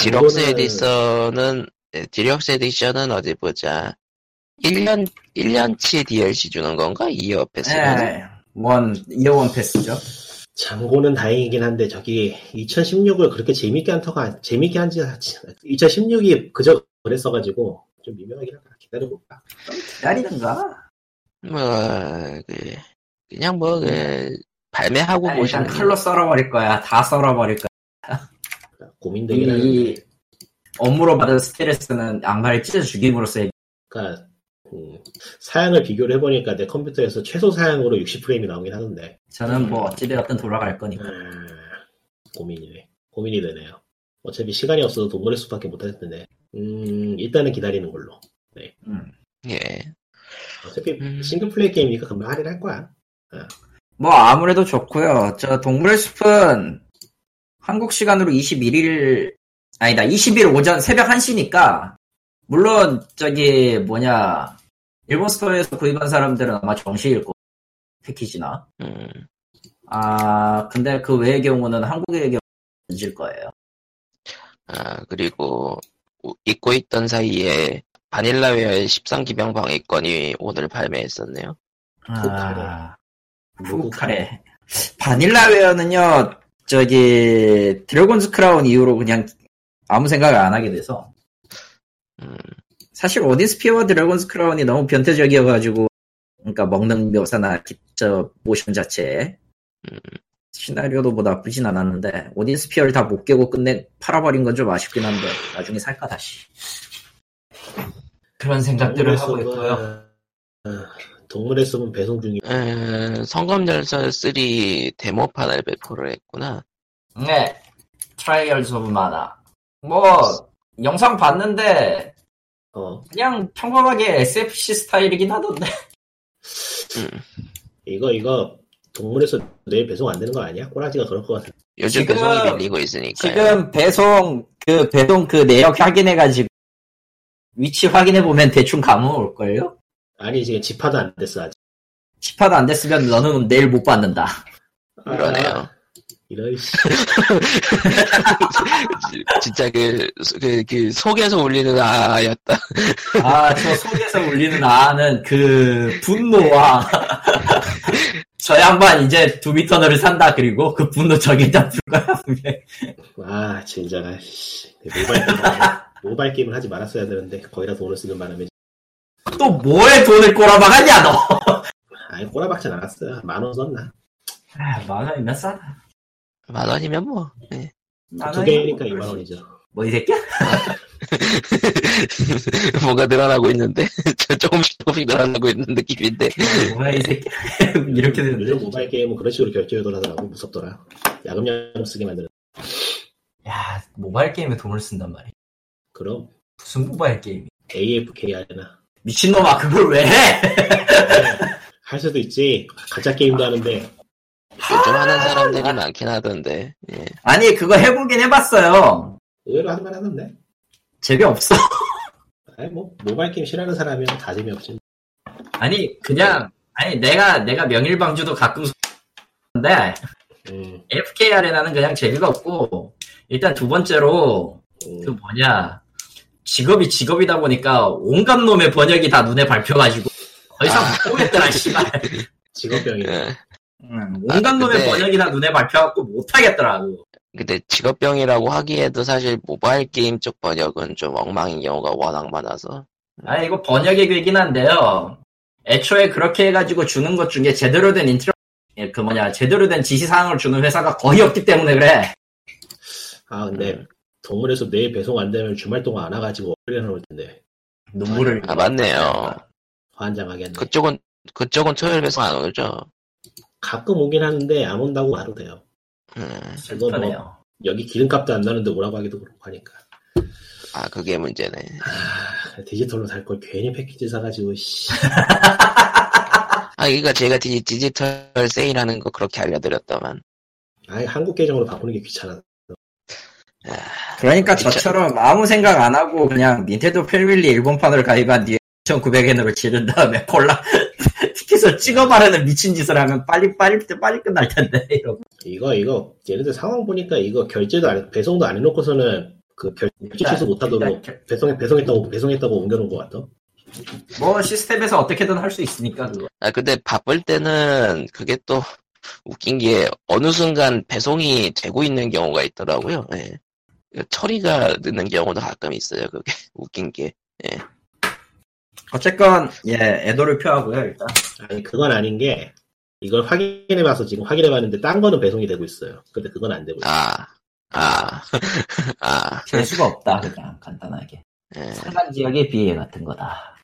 [SPEAKER 1] 디럭스
[SPEAKER 4] 잔고는
[SPEAKER 1] 에디션은, 네, 디럭스 에디션은 어디 보자. 1년, 1년치 DLC 주는 건가? 이어 패스가?
[SPEAKER 2] 예. 원 이어원 패스죠.
[SPEAKER 4] 잔고는 다행이긴 한데 저기 2016을 그렇게 재밌게 한 터가 재밌게 한지 2016이 그저 그랬어가지고 좀 미묘하긴 하다. 기다려고 볼까.
[SPEAKER 2] 기다리는가?
[SPEAKER 1] 뭐, 그, 그냥 뭐, 그, 발매하고
[SPEAKER 2] 아, 일단
[SPEAKER 1] 보시는
[SPEAKER 2] 칼로 썰어버릴 거야. 다 썰어버릴 거야.
[SPEAKER 4] 고민되긴
[SPEAKER 2] 이
[SPEAKER 4] 하는데.
[SPEAKER 2] 업무로 받은 스트레스는 악마를 찢어 죽임으로써
[SPEAKER 4] 그러니까 음, 사양을 비교를 해보니까 내 컴퓨터에서 최소 사양으로 60프레임이 나오긴 하는데
[SPEAKER 2] 저는 뭐 어찌되었든 돌아갈 거니까.
[SPEAKER 4] 음, 고민이네. 고민이 되네요. 어차피 시간이 없어서 동물의 숲밖에 못할 텐데. 음, 일단은 기다리는 걸로.
[SPEAKER 2] 음.
[SPEAKER 1] 예.
[SPEAKER 4] 어차피
[SPEAKER 1] 음.
[SPEAKER 4] 싱글플레이 게임이니까 금방 할인할 거야.
[SPEAKER 2] 뭐 아무래도 좋고요. 저 동물의 숲은 한국 시간으로 21일 아니다 20일 오전 새벽 1시니까 물론 저기 뭐냐 일본 스토어에서 구입한 사람들은 아마 정식일 거 패키지나
[SPEAKER 1] 음,
[SPEAKER 2] 아 근데 그 외의 경우는 한국의 경우 늦을 거예요.
[SPEAKER 1] 아, 그리고, 우- 잊고 있던 사이에, 바닐라웨어의 13기병 방해권이 오늘 발매했었네요.
[SPEAKER 2] 아,
[SPEAKER 4] 후쿠카레.
[SPEAKER 2] 후쿠카레 바닐라웨어는요 저기 드래곤즈 크라운 이후로 그냥 아무 생각을 안 하게 돼서
[SPEAKER 1] 음,
[SPEAKER 2] 사실 오디스피어와 드래곤스 크라운이 너무 변태적이어가지고 그러니까 먹는 묘사나 기- 저 모션 자체에
[SPEAKER 1] 음.
[SPEAKER 2] 시나리오도 뭐 나쁘진 않았는데 오디스피어를 다 못 깨고 끝내 팔아버린 건 좀 아쉽긴 한데 나중에 살까 다시 그런 생각들을 하고 있고요
[SPEAKER 4] 아, 동물의 숲은 배송 중이.
[SPEAKER 1] 에, 성검열사 3 데모판을 배포를 했구나.
[SPEAKER 2] 네 트라이얼즈 오브 마나 뭐 영상 봤는데
[SPEAKER 4] 어,
[SPEAKER 2] 그냥 평범하게 SFC 스타일이긴 하던데.
[SPEAKER 4] 이거, 이거, 동물에서 내일 배송 안 되는 거 아니야? 꼬라지가 그럴 것 같아.
[SPEAKER 1] 요즘
[SPEAKER 2] 지금-
[SPEAKER 1] 배송이 밀리고 있으니까요.
[SPEAKER 2] 지금 배송 그 배송 그 내역 확인해가지고 위치 확인해 보면 대충 감은 올 걸요.
[SPEAKER 4] 아니, 지금 집화도 안 됐어, 아직.
[SPEAKER 2] 집화도 안 됐으면 너는 내일 못 받는다.
[SPEAKER 4] 아,
[SPEAKER 1] 그러네요.
[SPEAKER 4] 이런, 씨.
[SPEAKER 1] 지- 진짜 그, 그, 그 속에서 울리는 아였다.
[SPEAKER 2] 아 저 속에서 울리는 아는 그 <laughs> 분노와 저 양반 이제 두 미터너를 산다 그리고 그 분노 저게 다 불가야 분명히.
[SPEAKER 4] 와, 진짜, 아, 씨. 모바일 게임, 하지- 모바일 게임을 하지 말았어야 되는데, 거기다 돈을 쓰는 바람에.
[SPEAKER 2] 또 뭐에 돈을 꼬라박았냐 너?
[SPEAKER 4] 아니, 꼬라박진 않았어요. 만 원 썼나?
[SPEAKER 2] 아, 만 원이면 싸다.
[SPEAKER 1] 만 원이면 뭐. <laughs> 예.
[SPEAKER 2] 만
[SPEAKER 4] 두
[SPEAKER 2] 원이면
[SPEAKER 4] 개니까
[SPEAKER 2] 뭐
[SPEAKER 4] 2만 원이죠.
[SPEAKER 2] 뭐이 새끼야?
[SPEAKER 1] 뭐가 늘어나고 있는데 <laughs> 저 조금씩 조금씩 늘어나고 있는 느낌인데
[SPEAKER 2] 뭐야 이 새끼야? <laughs> 이렇게 되는데.
[SPEAKER 4] 요즘 모바일 게임은 그런 식으로 결제율 하더라고 무섭더라. 야금야금 쓰게 만드는.
[SPEAKER 2] 야 모바일 게임에 돈을 쓴단 말이야.
[SPEAKER 4] 그럼
[SPEAKER 2] 무슨 모바일 게임?
[SPEAKER 4] AFK 아레나. <laughs>
[SPEAKER 2] 미친놈아 그걸 왜 해?
[SPEAKER 4] 할 수도 있지. 가짜 게임도 하는데.
[SPEAKER 1] 요즘 하는 사람들이 많긴 하던데 예.
[SPEAKER 2] 아니 그거 해보긴 해봤어요
[SPEAKER 4] 의외로 할만 하던데.
[SPEAKER 2] 재미없어
[SPEAKER 4] 아니, 뭐, 모바일 게임 싫어하는 사람이면 다 재미없지.
[SPEAKER 2] <laughs> 아니 그냥 아니 내가 내가 명일방주도 가끔 근데
[SPEAKER 4] 음,
[SPEAKER 2] FK 아레나는 그냥 재미가 없고 일단 두 번째로
[SPEAKER 4] 음.
[SPEAKER 2] 그 뭐냐 직업이 직업이다 보니까 온갖 놈의 번역이 다 눈에 밟혀가지고 더 이상
[SPEAKER 1] 아.
[SPEAKER 2] 못 보겠더라 씨발
[SPEAKER 4] 직업병이.
[SPEAKER 1] 예.
[SPEAKER 2] 응, 온갖
[SPEAKER 1] 아, 근데-
[SPEAKER 2] 놈의 번역이 다 눈에 밟혀갖고 못하겠더라고
[SPEAKER 1] 근데 직업병이라고 하기에도 사실 모바일 게임 쪽 번역은 좀 엉망인 경우가 워낙 많아서
[SPEAKER 2] 아 이거 번역의 괴긴 한데요. 애초에 그렇게 해가지고 주는 것 중에 제대로 된 인트로 예, 그 뭐냐 제대로 된 지시 사항을 주는 회사가 거의 없기 때문에 그래.
[SPEAKER 4] 아,
[SPEAKER 1] 네.
[SPEAKER 4] 근데 동물에서 내일 배송 안 되면 주말 동안 안 와가지고 월요일에 나올 텐데.
[SPEAKER 2] 눈물을.
[SPEAKER 1] 아 맞네요
[SPEAKER 4] 환장하겠네.
[SPEAKER 1] 그쪽은 그쪽은 토요일 배송 안 오죠
[SPEAKER 4] 가끔 오긴 하는데 안 온다고 말도 돼요.
[SPEAKER 1] 음.
[SPEAKER 2] 슬프네요.
[SPEAKER 4] 여기 기름값도 안 나는데 오라고 하기도 그렇고 하니까.
[SPEAKER 1] 아 그게 문제네
[SPEAKER 4] 아, 디지털로 살 걸 괜히 패키지 사가지고, 씨.
[SPEAKER 1] 아 그러니까 제가 디, 디지털 세일하는 거 그렇게 알려드렸더만
[SPEAKER 4] 아예 한국 계정으로 바꾸는 게 귀찮아.
[SPEAKER 2] 그러니까
[SPEAKER 1] 진짜.
[SPEAKER 2] 저처럼 아무 생각 안 하고 그냥 닌텐도 패밀리 일본판을 가입한 뒤에 1,900엔으로 지른 다음에 콜라 <laughs> 티켓을 찍어 바르는 미친 짓을 하면 빨리 빨리 빨리 끝날 텐데 이러고.
[SPEAKER 4] 이거 이거 얘네들 상황 보니까 이거 결제도 안, 배송도 안 해놓고서는 그 결- 결제 취소 못하도록
[SPEAKER 2] 일단
[SPEAKER 4] 배송에 배송했다고 배송했다고 옮겨놓은 것 같아.
[SPEAKER 2] 뭐 시스템에서 어떻게든 할 수 있으니까 그거.
[SPEAKER 1] 아 근데 바쁠 때는 그게 또 웃긴 게 어느 순간 배송이 되고 있는 경우가 있더라고요. 예. 처리가 늦는 경우도 가끔 있어요. 그게 <laughs> 웃긴 게.
[SPEAKER 2] 어쨌건 예 애도를 표하고요 일단.
[SPEAKER 4] 아니 그건 아닌 게 이걸 확인해봐서 지금 확인해봤는데 딴 거는 배송이 되고 있어요. 근데 그건 안 되고 있어.
[SPEAKER 1] 아, 아, <laughs> 아.
[SPEAKER 2] 재수가 없다 그냥 간단하게
[SPEAKER 1] 예.
[SPEAKER 2] 산간 지역의 비해 같은 거다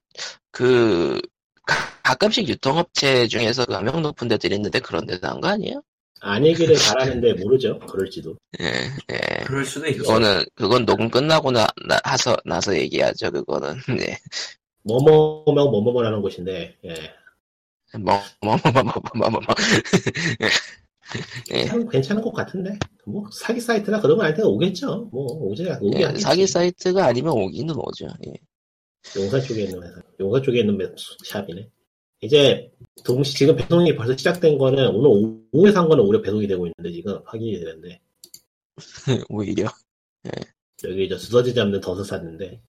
[SPEAKER 1] 그 가- 가끔씩 유통업체 중에서 그 악명 높은 데들 있는데 그런 데도 한 거 아니에요?
[SPEAKER 4] 아니기를 바라는데 모르죠. 그럴지도.
[SPEAKER 1] 예, 예.
[SPEAKER 2] 그럴 수도 있죠
[SPEAKER 1] 그거는 그건 녹음 끝나고 나, 나 나서 나서 얘기하죠. 그거는 <laughs> 예.
[SPEAKER 4] 뭐뭐뭐 뭐뭐라는 곳인데 예.
[SPEAKER 1] 뭐, 뭐, 뭐, 뭐, 뭐, 뭐, 뭐, 뭐. 예.
[SPEAKER 4] 참 괜찮은 것 같은데 뭐 사기 사이트나 그런 거할 때가 오겠죠. 뭐 오지 오게
[SPEAKER 1] 예,
[SPEAKER 4] 하겠지.
[SPEAKER 1] 사기 사이트가 아니면 오기는 오죠. 예.
[SPEAKER 4] 용산 쪽에 있는 회사, 용산 쪽에 있는 매- 샵이네. 이제 동시 지금 배송이 벌써 시작된 거는 오늘 오후- 오후에 산 거는 오히려 배송이 되고 있는데 지금 확인이 되는데
[SPEAKER 1] 오히려
[SPEAKER 4] 여기 저 두더지 잡는 덫을 샀는데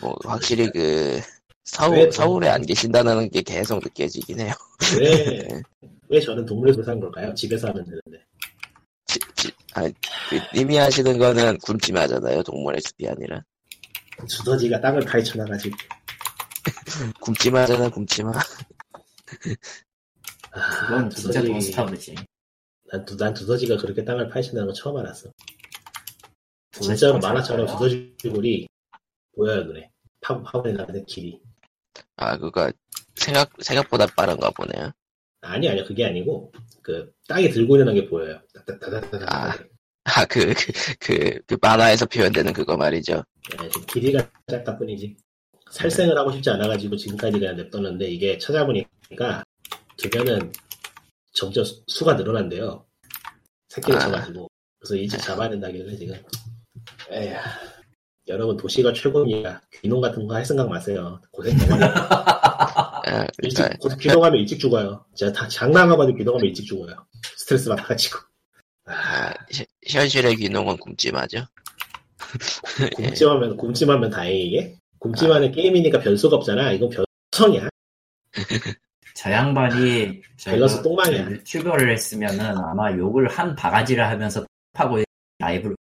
[SPEAKER 1] 뭐 확실히 그
[SPEAKER 4] 왜
[SPEAKER 1] 서울
[SPEAKER 4] 또-
[SPEAKER 1] 서울에 안 계신다는 게 계속 느껴지긴 해요. <laughs>
[SPEAKER 4] 왜 왜 저는 동물에서 산 걸까요? 집에서 하면 되는데
[SPEAKER 1] 지- 지- 아, 그 님이 하시는 거는 굶찜하잖아요. 동물의 숲이 아니라
[SPEAKER 4] 두더지가 땅을 파헤쳐 나가지고
[SPEAKER 1] 굶찜하잖아 굶찜하.
[SPEAKER 4] 아,
[SPEAKER 2] 그건 진짜
[SPEAKER 4] 두더지.
[SPEAKER 2] 돈스타운이지
[SPEAKER 4] 난, 두, 난 두더지가 그렇게 땅을 파헤쳐 나가는 거 처음 알았어.
[SPEAKER 2] 두더지
[SPEAKER 4] 진짜로
[SPEAKER 2] 똥
[SPEAKER 4] 만화처럼
[SPEAKER 2] 쌌어요?
[SPEAKER 4] 두더지 얼굴이 보여요 눈에 파 파고내 나가는 길이
[SPEAKER 1] 아 그거 생각 생각보다 빠른가 보네요.
[SPEAKER 4] 아니 아니 그게 아니고 그 땅이 들고 일어난 게 보여요. 따따따따따.
[SPEAKER 1] 아. 아, 그, 그, 그, 그 만화에서 표현되는 그거 말이죠.
[SPEAKER 4] 예, 좀 길이가 짧다 뿐이지. 살생을 하고 싶지 않아가지고 지금까지 그냥 냅뒀는데 이게 찾아보니까 두면은 점점 수- 수가 늘어난대요. 새끼를
[SPEAKER 1] 아.
[SPEAKER 4] 쳐가지고. 그래서 일찍 잡아야 된다길래 지금. 에휴. 여러분 도시가 최고입니다. 귀농 같은 거 할 생각 마세요. 고생 너무 많이
[SPEAKER 1] 아,
[SPEAKER 4] 일찍
[SPEAKER 1] 그러니까
[SPEAKER 4] 곧 귀농하면 일찍 죽어요. 제가 다 장난하고도 귀농하면 일찍 죽어요. 스트레스 받아가지고.
[SPEAKER 1] 아, 시- 현실의 귀농은 굶찜하죠. 예.
[SPEAKER 4] 곰찜하면 곰찜하면 다행이게. 곰찜하는 게임이니까 변수가 없잖아. 이건 변성이야.
[SPEAKER 2] 저 양반이 저
[SPEAKER 4] 밸런스
[SPEAKER 2] 양-
[SPEAKER 4] 똥망이야.
[SPEAKER 2] 저 유튜버를 했으면은 아마 욕을 한 바가지를 하면서 하고 라이브를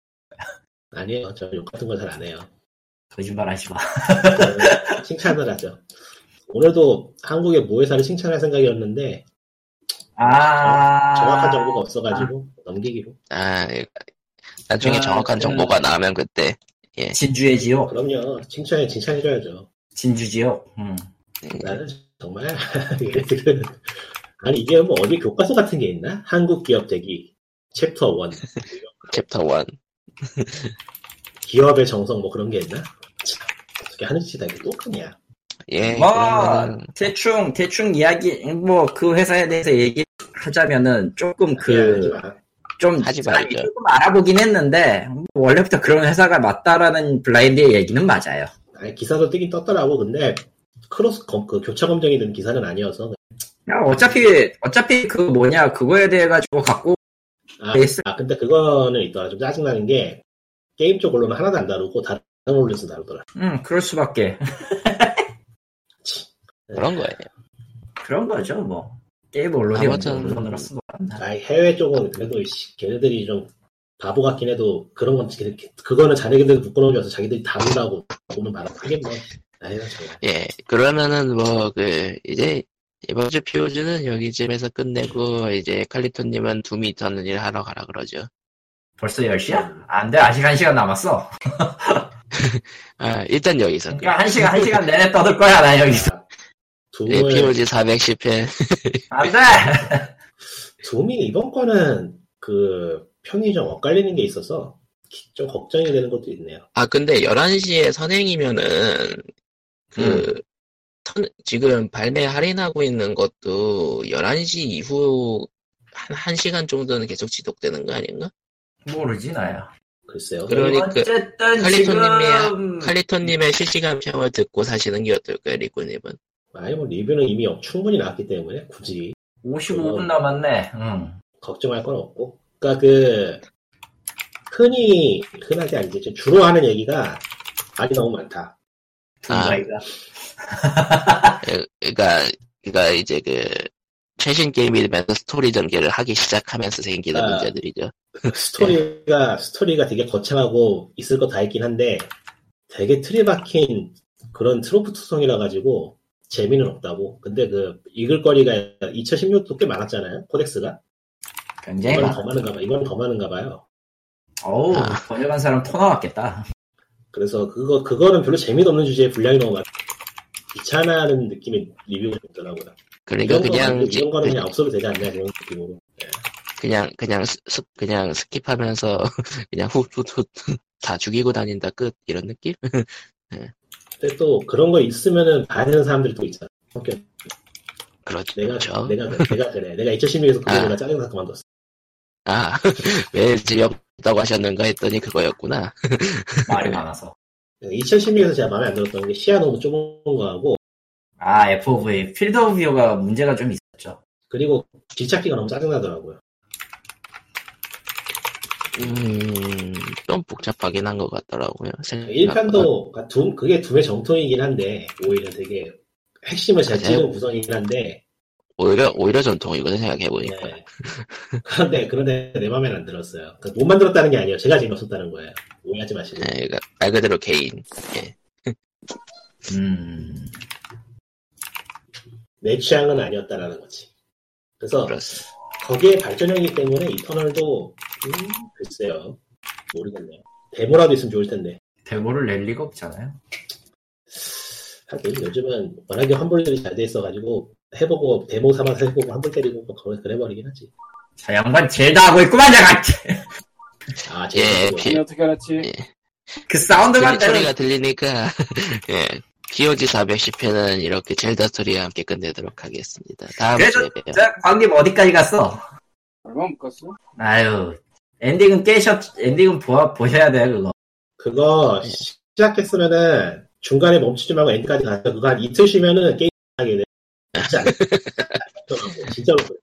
[SPEAKER 4] 아니에요. 저 욕 같은 거 잘 안 해요.
[SPEAKER 2] 거짓말 하지 마.
[SPEAKER 4] 그거는 <laughs> 칭찬을 하죠. 오늘도 한국의 모회사를 칭찬할 생각이었는데
[SPEAKER 2] 아
[SPEAKER 4] 어, 정확한 정보가 없어가지고 넘기기로.
[SPEAKER 1] 아, 그러니까 나중에
[SPEAKER 2] 아,
[SPEAKER 1] 정확한
[SPEAKER 2] 그-
[SPEAKER 1] 정보가 나오면 그때,
[SPEAKER 2] 진주의 지옥,
[SPEAKER 4] 그럼요. 칭찬해 칭찬해줘야죠.
[SPEAKER 2] 진주 지옥. 음.
[SPEAKER 1] 네.
[SPEAKER 4] 나는 정말 <laughs> 얘들은 아니 이게 뭐 어디 교과서 같은 게 있나? 한국 기업 대기 챕터 1
[SPEAKER 1] 챕터 1.
[SPEAKER 4] 기업의 정성 뭐 그런 게 있나? 참, 어떻게 하는 짓이 다 이렇게 똑같냐?
[SPEAKER 1] 예,
[SPEAKER 2] 뭐
[SPEAKER 1] 그러면은,
[SPEAKER 2] 대충 대충 이야기 뭐 그 회사에 대해서 얘기하자면은 조금
[SPEAKER 4] 미안하지
[SPEAKER 2] 그
[SPEAKER 4] 마.
[SPEAKER 2] 좀
[SPEAKER 1] 하지
[SPEAKER 2] 사람이
[SPEAKER 1] 말죠.
[SPEAKER 2] 조금 알아보긴 했는데 뭐 원래부터 그런 회사가 맞다라는 블라인드의 얘기는 맞아요.
[SPEAKER 4] 아니, 기사도 뜨긴 떴더라고. 근데 크로스 검, 그 교차 검증이 된 기사는 아니어서
[SPEAKER 2] 야, 어차피 어차피 그 뭐냐 그거에 대해 가지고 갖고
[SPEAKER 4] 아,
[SPEAKER 2] 베이스.
[SPEAKER 4] 아, 근데 그거는 있더라. 좀 짜증나는 게 게임 쪽 언론은 하나도 안 다루고 다른 언론에서 다루더라.
[SPEAKER 2] 음 그럴 수밖에
[SPEAKER 1] 그런 거예요.
[SPEAKER 2] 그런 거죠 뭐 게임 언론이
[SPEAKER 1] 아무튼-
[SPEAKER 2] 없는 언론으로서 뭐
[SPEAKER 4] 아 해외 쪽은 그래도 씨, 걔네들이 좀 바보 같긴 해도 그런 건 걔- 걔- 그거는 자기들 묶어놓으면서 자기들이 다룬다고 보는 바람 하겠네. 뭐, 아유 정말.
[SPEAKER 1] 예, 그러면은 뭐, 그, 이제, 이번 주 POG는 여기쯤에서 끝내고, 이제 칼리토님은 둠이 있다는 일 하러 가라 그러죠.
[SPEAKER 2] 벌써 10시야? 안돼 아직 1시간 남았어
[SPEAKER 1] 아, 일단 여기서. 끝.
[SPEAKER 2] 그러니까 1시간 1시간 내내 떠들 거야 나 여기서
[SPEAKER 1] 예,
[SPEAKER 4] 둠을
[SPEAKER 1] POG 410회.
[SPEAKER 2] 안돼
[SPEAKER 4] 둠이 이번 거는 그 평이 좀 엇갈리는 게 있어서 기- 좀 걱정이 되는 것도 있네요.
[SPEAKER 1] 아, 근데 11시에 선행이면은, 그,
[SPEAKER 2] 음.
[SPEAKER 1] 선- 지금 발매 할인하고 있는 것도 11시 이후 한 1시간 정도는 계속 지속되는 거 아닌가? 모르지,
[SPEAKER 2] 모르지 나야
[SPEAKER 4] 글쎄요.
[SPEAKER 1] 그러니까
[SPEAKER 2] 어쨌든
[SPEAKER 1] 칼리토님이야.
[SPEAKER 2] 지금
[SPEAKER 1] 칼리토님의 실시간 평을 듣고 사시는 게 어떨까요, 리코님은?
[SPEAKER 4] 아니 뭐 리뷰는 이미 충분히 나왔기 때문에 굳이
[SPEAKER 2] 55분 남았네 응.
[SPEAKER 4] 걱정할 건 없고. 그러니까 그 흔히 흔하게 아니겠죠. 주로 하는 얘기가 말이 너무 많다.
[SPEAKER 1] 아.
[SPEAKER 2] 분자이가
[SPEAKER 1] 에, 그러니까, 그러니까 이제 그, 최신 게임이면서 스토리 전개를 하기 시작하면서 생기는
[SPEAKER 4] 아.
[SPEAKER 1] 문제들이죠.
[SPEAKER 4] 스토리가 스토리가 되게 거창하고 있을 거 다 있긴 한데 되게 틀에 박힌 그런 트로프 투성이라 가지고 재미는 없다고. 근데 그 읽을 거리가 2016도 꽤 많았잖아요. 코덱스가.
[SPEAKER 2] 굉장히
[SPEAKER 4] 이건
[SPEAKER 2] 많아
[SPEAKER 4] 더 많은가 봐. 이건 더 많은가 봐요.
[SPEAKER 2] 어우
[SPEAKER 1] 아.
[SPEAKER 2] 번역한 사람 토 나왔겠다
[SPEAKER 4] 그래서 그거 그거는 별로 재미도 없는 주제에 분량이 너무 많아. 귀찮아하는 느낌의 리뷰가 있더라고요.
[SPEAKER 1] 그러니까 그냥,
[SPEAKER 4] 거는,
[SPEAKER 1] 지-
[SPEAKER 4] 이런 거는 그냥 없어도 되지 않냐 그런 느낌으로.
[SPEAKER 1] 그냥 그냥 스, 스- 그냥 스킵하면서 <laughs> 그냥 훅훅훅 다 죽이고 다닌다 끝 이런 느낌? <laughs>
[SPEAKER 4] 근데 또 그런 거 있으면은 반하는 사람들이 또 있잖아. 성격.
[SPEAKER 1] 그렇죠.
[SPEAKER 4] 내가 내가 내가 그래. 내가
[SPEAKER 1] 아.
[SPEAKER 4] 2016에서 그거 보다 짜증나 서 그만뒀어.
[SPEAKER 1] 아왜 <laughs> 재미없다고 하셨는가 했더니 그거였구나. <laughs>
[SPEAKER 2] 말이 많아서
[SPEAKER 4] 2016에서 제가 마음에 안 들었던 게 시야 너무 좁은 거하고
[SPEAKER 2] 아 FOV 필드 오브 뷰가 문제가 좀 있었죠
[SPEAKER 4] 그리고 뒤찾기가 너무 짜증나더라고요.
[SPEAKER 1] 음, 음좀 복잡하긴 한 것 같더라고요. 생각보다.
[SPEAKER 4] 1편도 둠 그게 둠의 정통이긴 한데 오히려 되게 핵심을 잘
[SPEAKER 1] 맞아요.
[SPEAKER 4] 찍은 구성이긴 한데
[SPEAKER 1] 오히려 오히려 전통이거든 생각해 보니까.
[SPEAKER 4] 네. 그런데 그런데 내 마음에 안 들었어요. 그러니까 못 만들었다는 게 아니에요. 제가 재미없었다는 거예요. 오해하지 마시고.
[SPEAKER 1] 네, 그러니까 말 그대로 개인. 예.
[SPEAKER 2] 음
[SPEAKER 4] 내 취향은 아니었다라는 거지. 그래서
[SPEAKER 1] 그렇습니다.
[SPEAKER 4] 거기에 발전형이기 때문에 이터널도 음, 글쎄요 모르겠네요. 데모라도 있으면 좋을 텐데.
[SPEAKER 2] 대고를 낼 리가 없잖아요
[SPEAKER 4] 하긴 아, 요즘은 워낙에 환불들이 잘 돼 있어가지고 해보고 데모 삼아서 해보고 환불 때리고 뭐 그래- 그래버리긴 하지.
[SPEAKER 2] 자 양반 제일 다 하고 있구만 내가
[SPEAKER 4] 아,
[SPEAKER 1] 예,
[SPEAKER 4] 제일
[SPEAKER 1] 피-
[SPEAKER 3] 아니 어떻게 알았지?
[SPEAKER 2] <laughs> 그 사운드만
[SPEAKER 1] 들리-
[SPEAKER 2] 때문에
[SPEAKER 1] 소리가 들리니까 <laughs> 예. POG 410회는 이렇게 젤다 소리와 함께 끝내도록 하겠습니다. 다음
[SPEAKER 2] 그래도-
[SPEAKER 1] 주에 봬요.
[SPEAKER 2] 자, 광님 어디까지 갔어?
[SPEAKER 3] 얼마 못 갔어?
[SPEAKER 2] 아유 엔딩은 깨셨 엔딩은 보아, 보셔야 돼요 그거
[SPEAKER 4] 그거
[SPEAKER 1] 예.
[SPEAKER 4] 시작했으면은 중간에 멈추지 말고 엔드까지 가서 그거 한 이틀 쉬면은 게임 하게 돼. 진짜. 안- <laughs> 진짜로. 그래.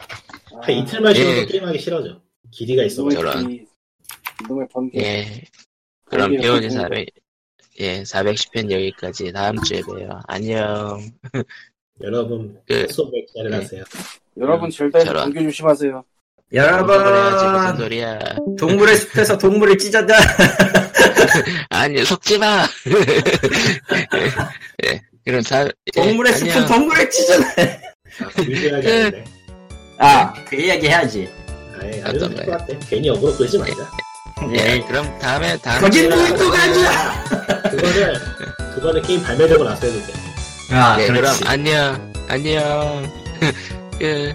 [SPEAKER 3] 아,
[SPEAKER 4] 한 이틀만 쉬어도
[SPEAKER 1] 예.
[SPEAKER 4] 게임하기 싫어져. 길이가 그 있어.
[SPEAKER 3] 이놈의
[SPEAKER 1] 저런.
[SPEAKER 3] 기- 이놈의 번개.
[SPEAKER 1] 예. 그럼
[SPEAKER 3] 거기에
[SPEAKER 1] POG
[SPEAKER 3] 성공.
[SPEAKER 1] 400 예, 410회는 여기까지. 다음 주에 봬요. 안녕.
[SPEAKER 4] 여러분
[SPEAKER 1] 그
[SPEAKER 4] 수업을 기다려놨어요.
[SPEAKER 3] 여러분 절대
[SPEAKER 1] 저런.
[SPEAKER 3] 번개 조심하세요.
[SPEAKER 1] 공부를 해야지 무슨
[SPEAKER 2] 여러분
[SPEAKER 1] 소리야?
[SPEAKER 2] 동물의 숲에서 동물을
[SPEAKER 1] <laughs>
[SPEAKER 2] 찢어져
[SPEAKER 1] 아니 속지 마. <laughs> 예, 그럼 사 예,
[SPEAKER 2] 동물의 숲은
[SPEAKER 1] 안녕.
[SPEAKER 2] 동물을 찢어져
[SPEAKER 1] <laughs>
[SPEAKER 4] 유지하게 하는데.
[SPEAKER 2] 아그 얘기 해야지
[SPEAKER 4] 아예
[SPEAKER 1] 어떤
[SPEAKER 4] 안 해도
[SPEAKER 1] 거예요?
[SPEAKER 4] 될것 같아. 괜히 억울로 끌지 말자.
[SPEAKER 1] 예, 그럼 다음에 다음
[SPEAKER 2] 거긴
[SPEAKER 1] 주에
[SPEAKER 2] 물고기 아니야
[SPEAKER 4] 그거는, 그거는 게임 발매되고 나서 해도 돼.
[SPEAKER 2] 아
[SPEAKER 1] 예, 그럼
[SPEAKER 2] 그렇지
[SPEAKER 1] 안녕 안녕. <laughs> 그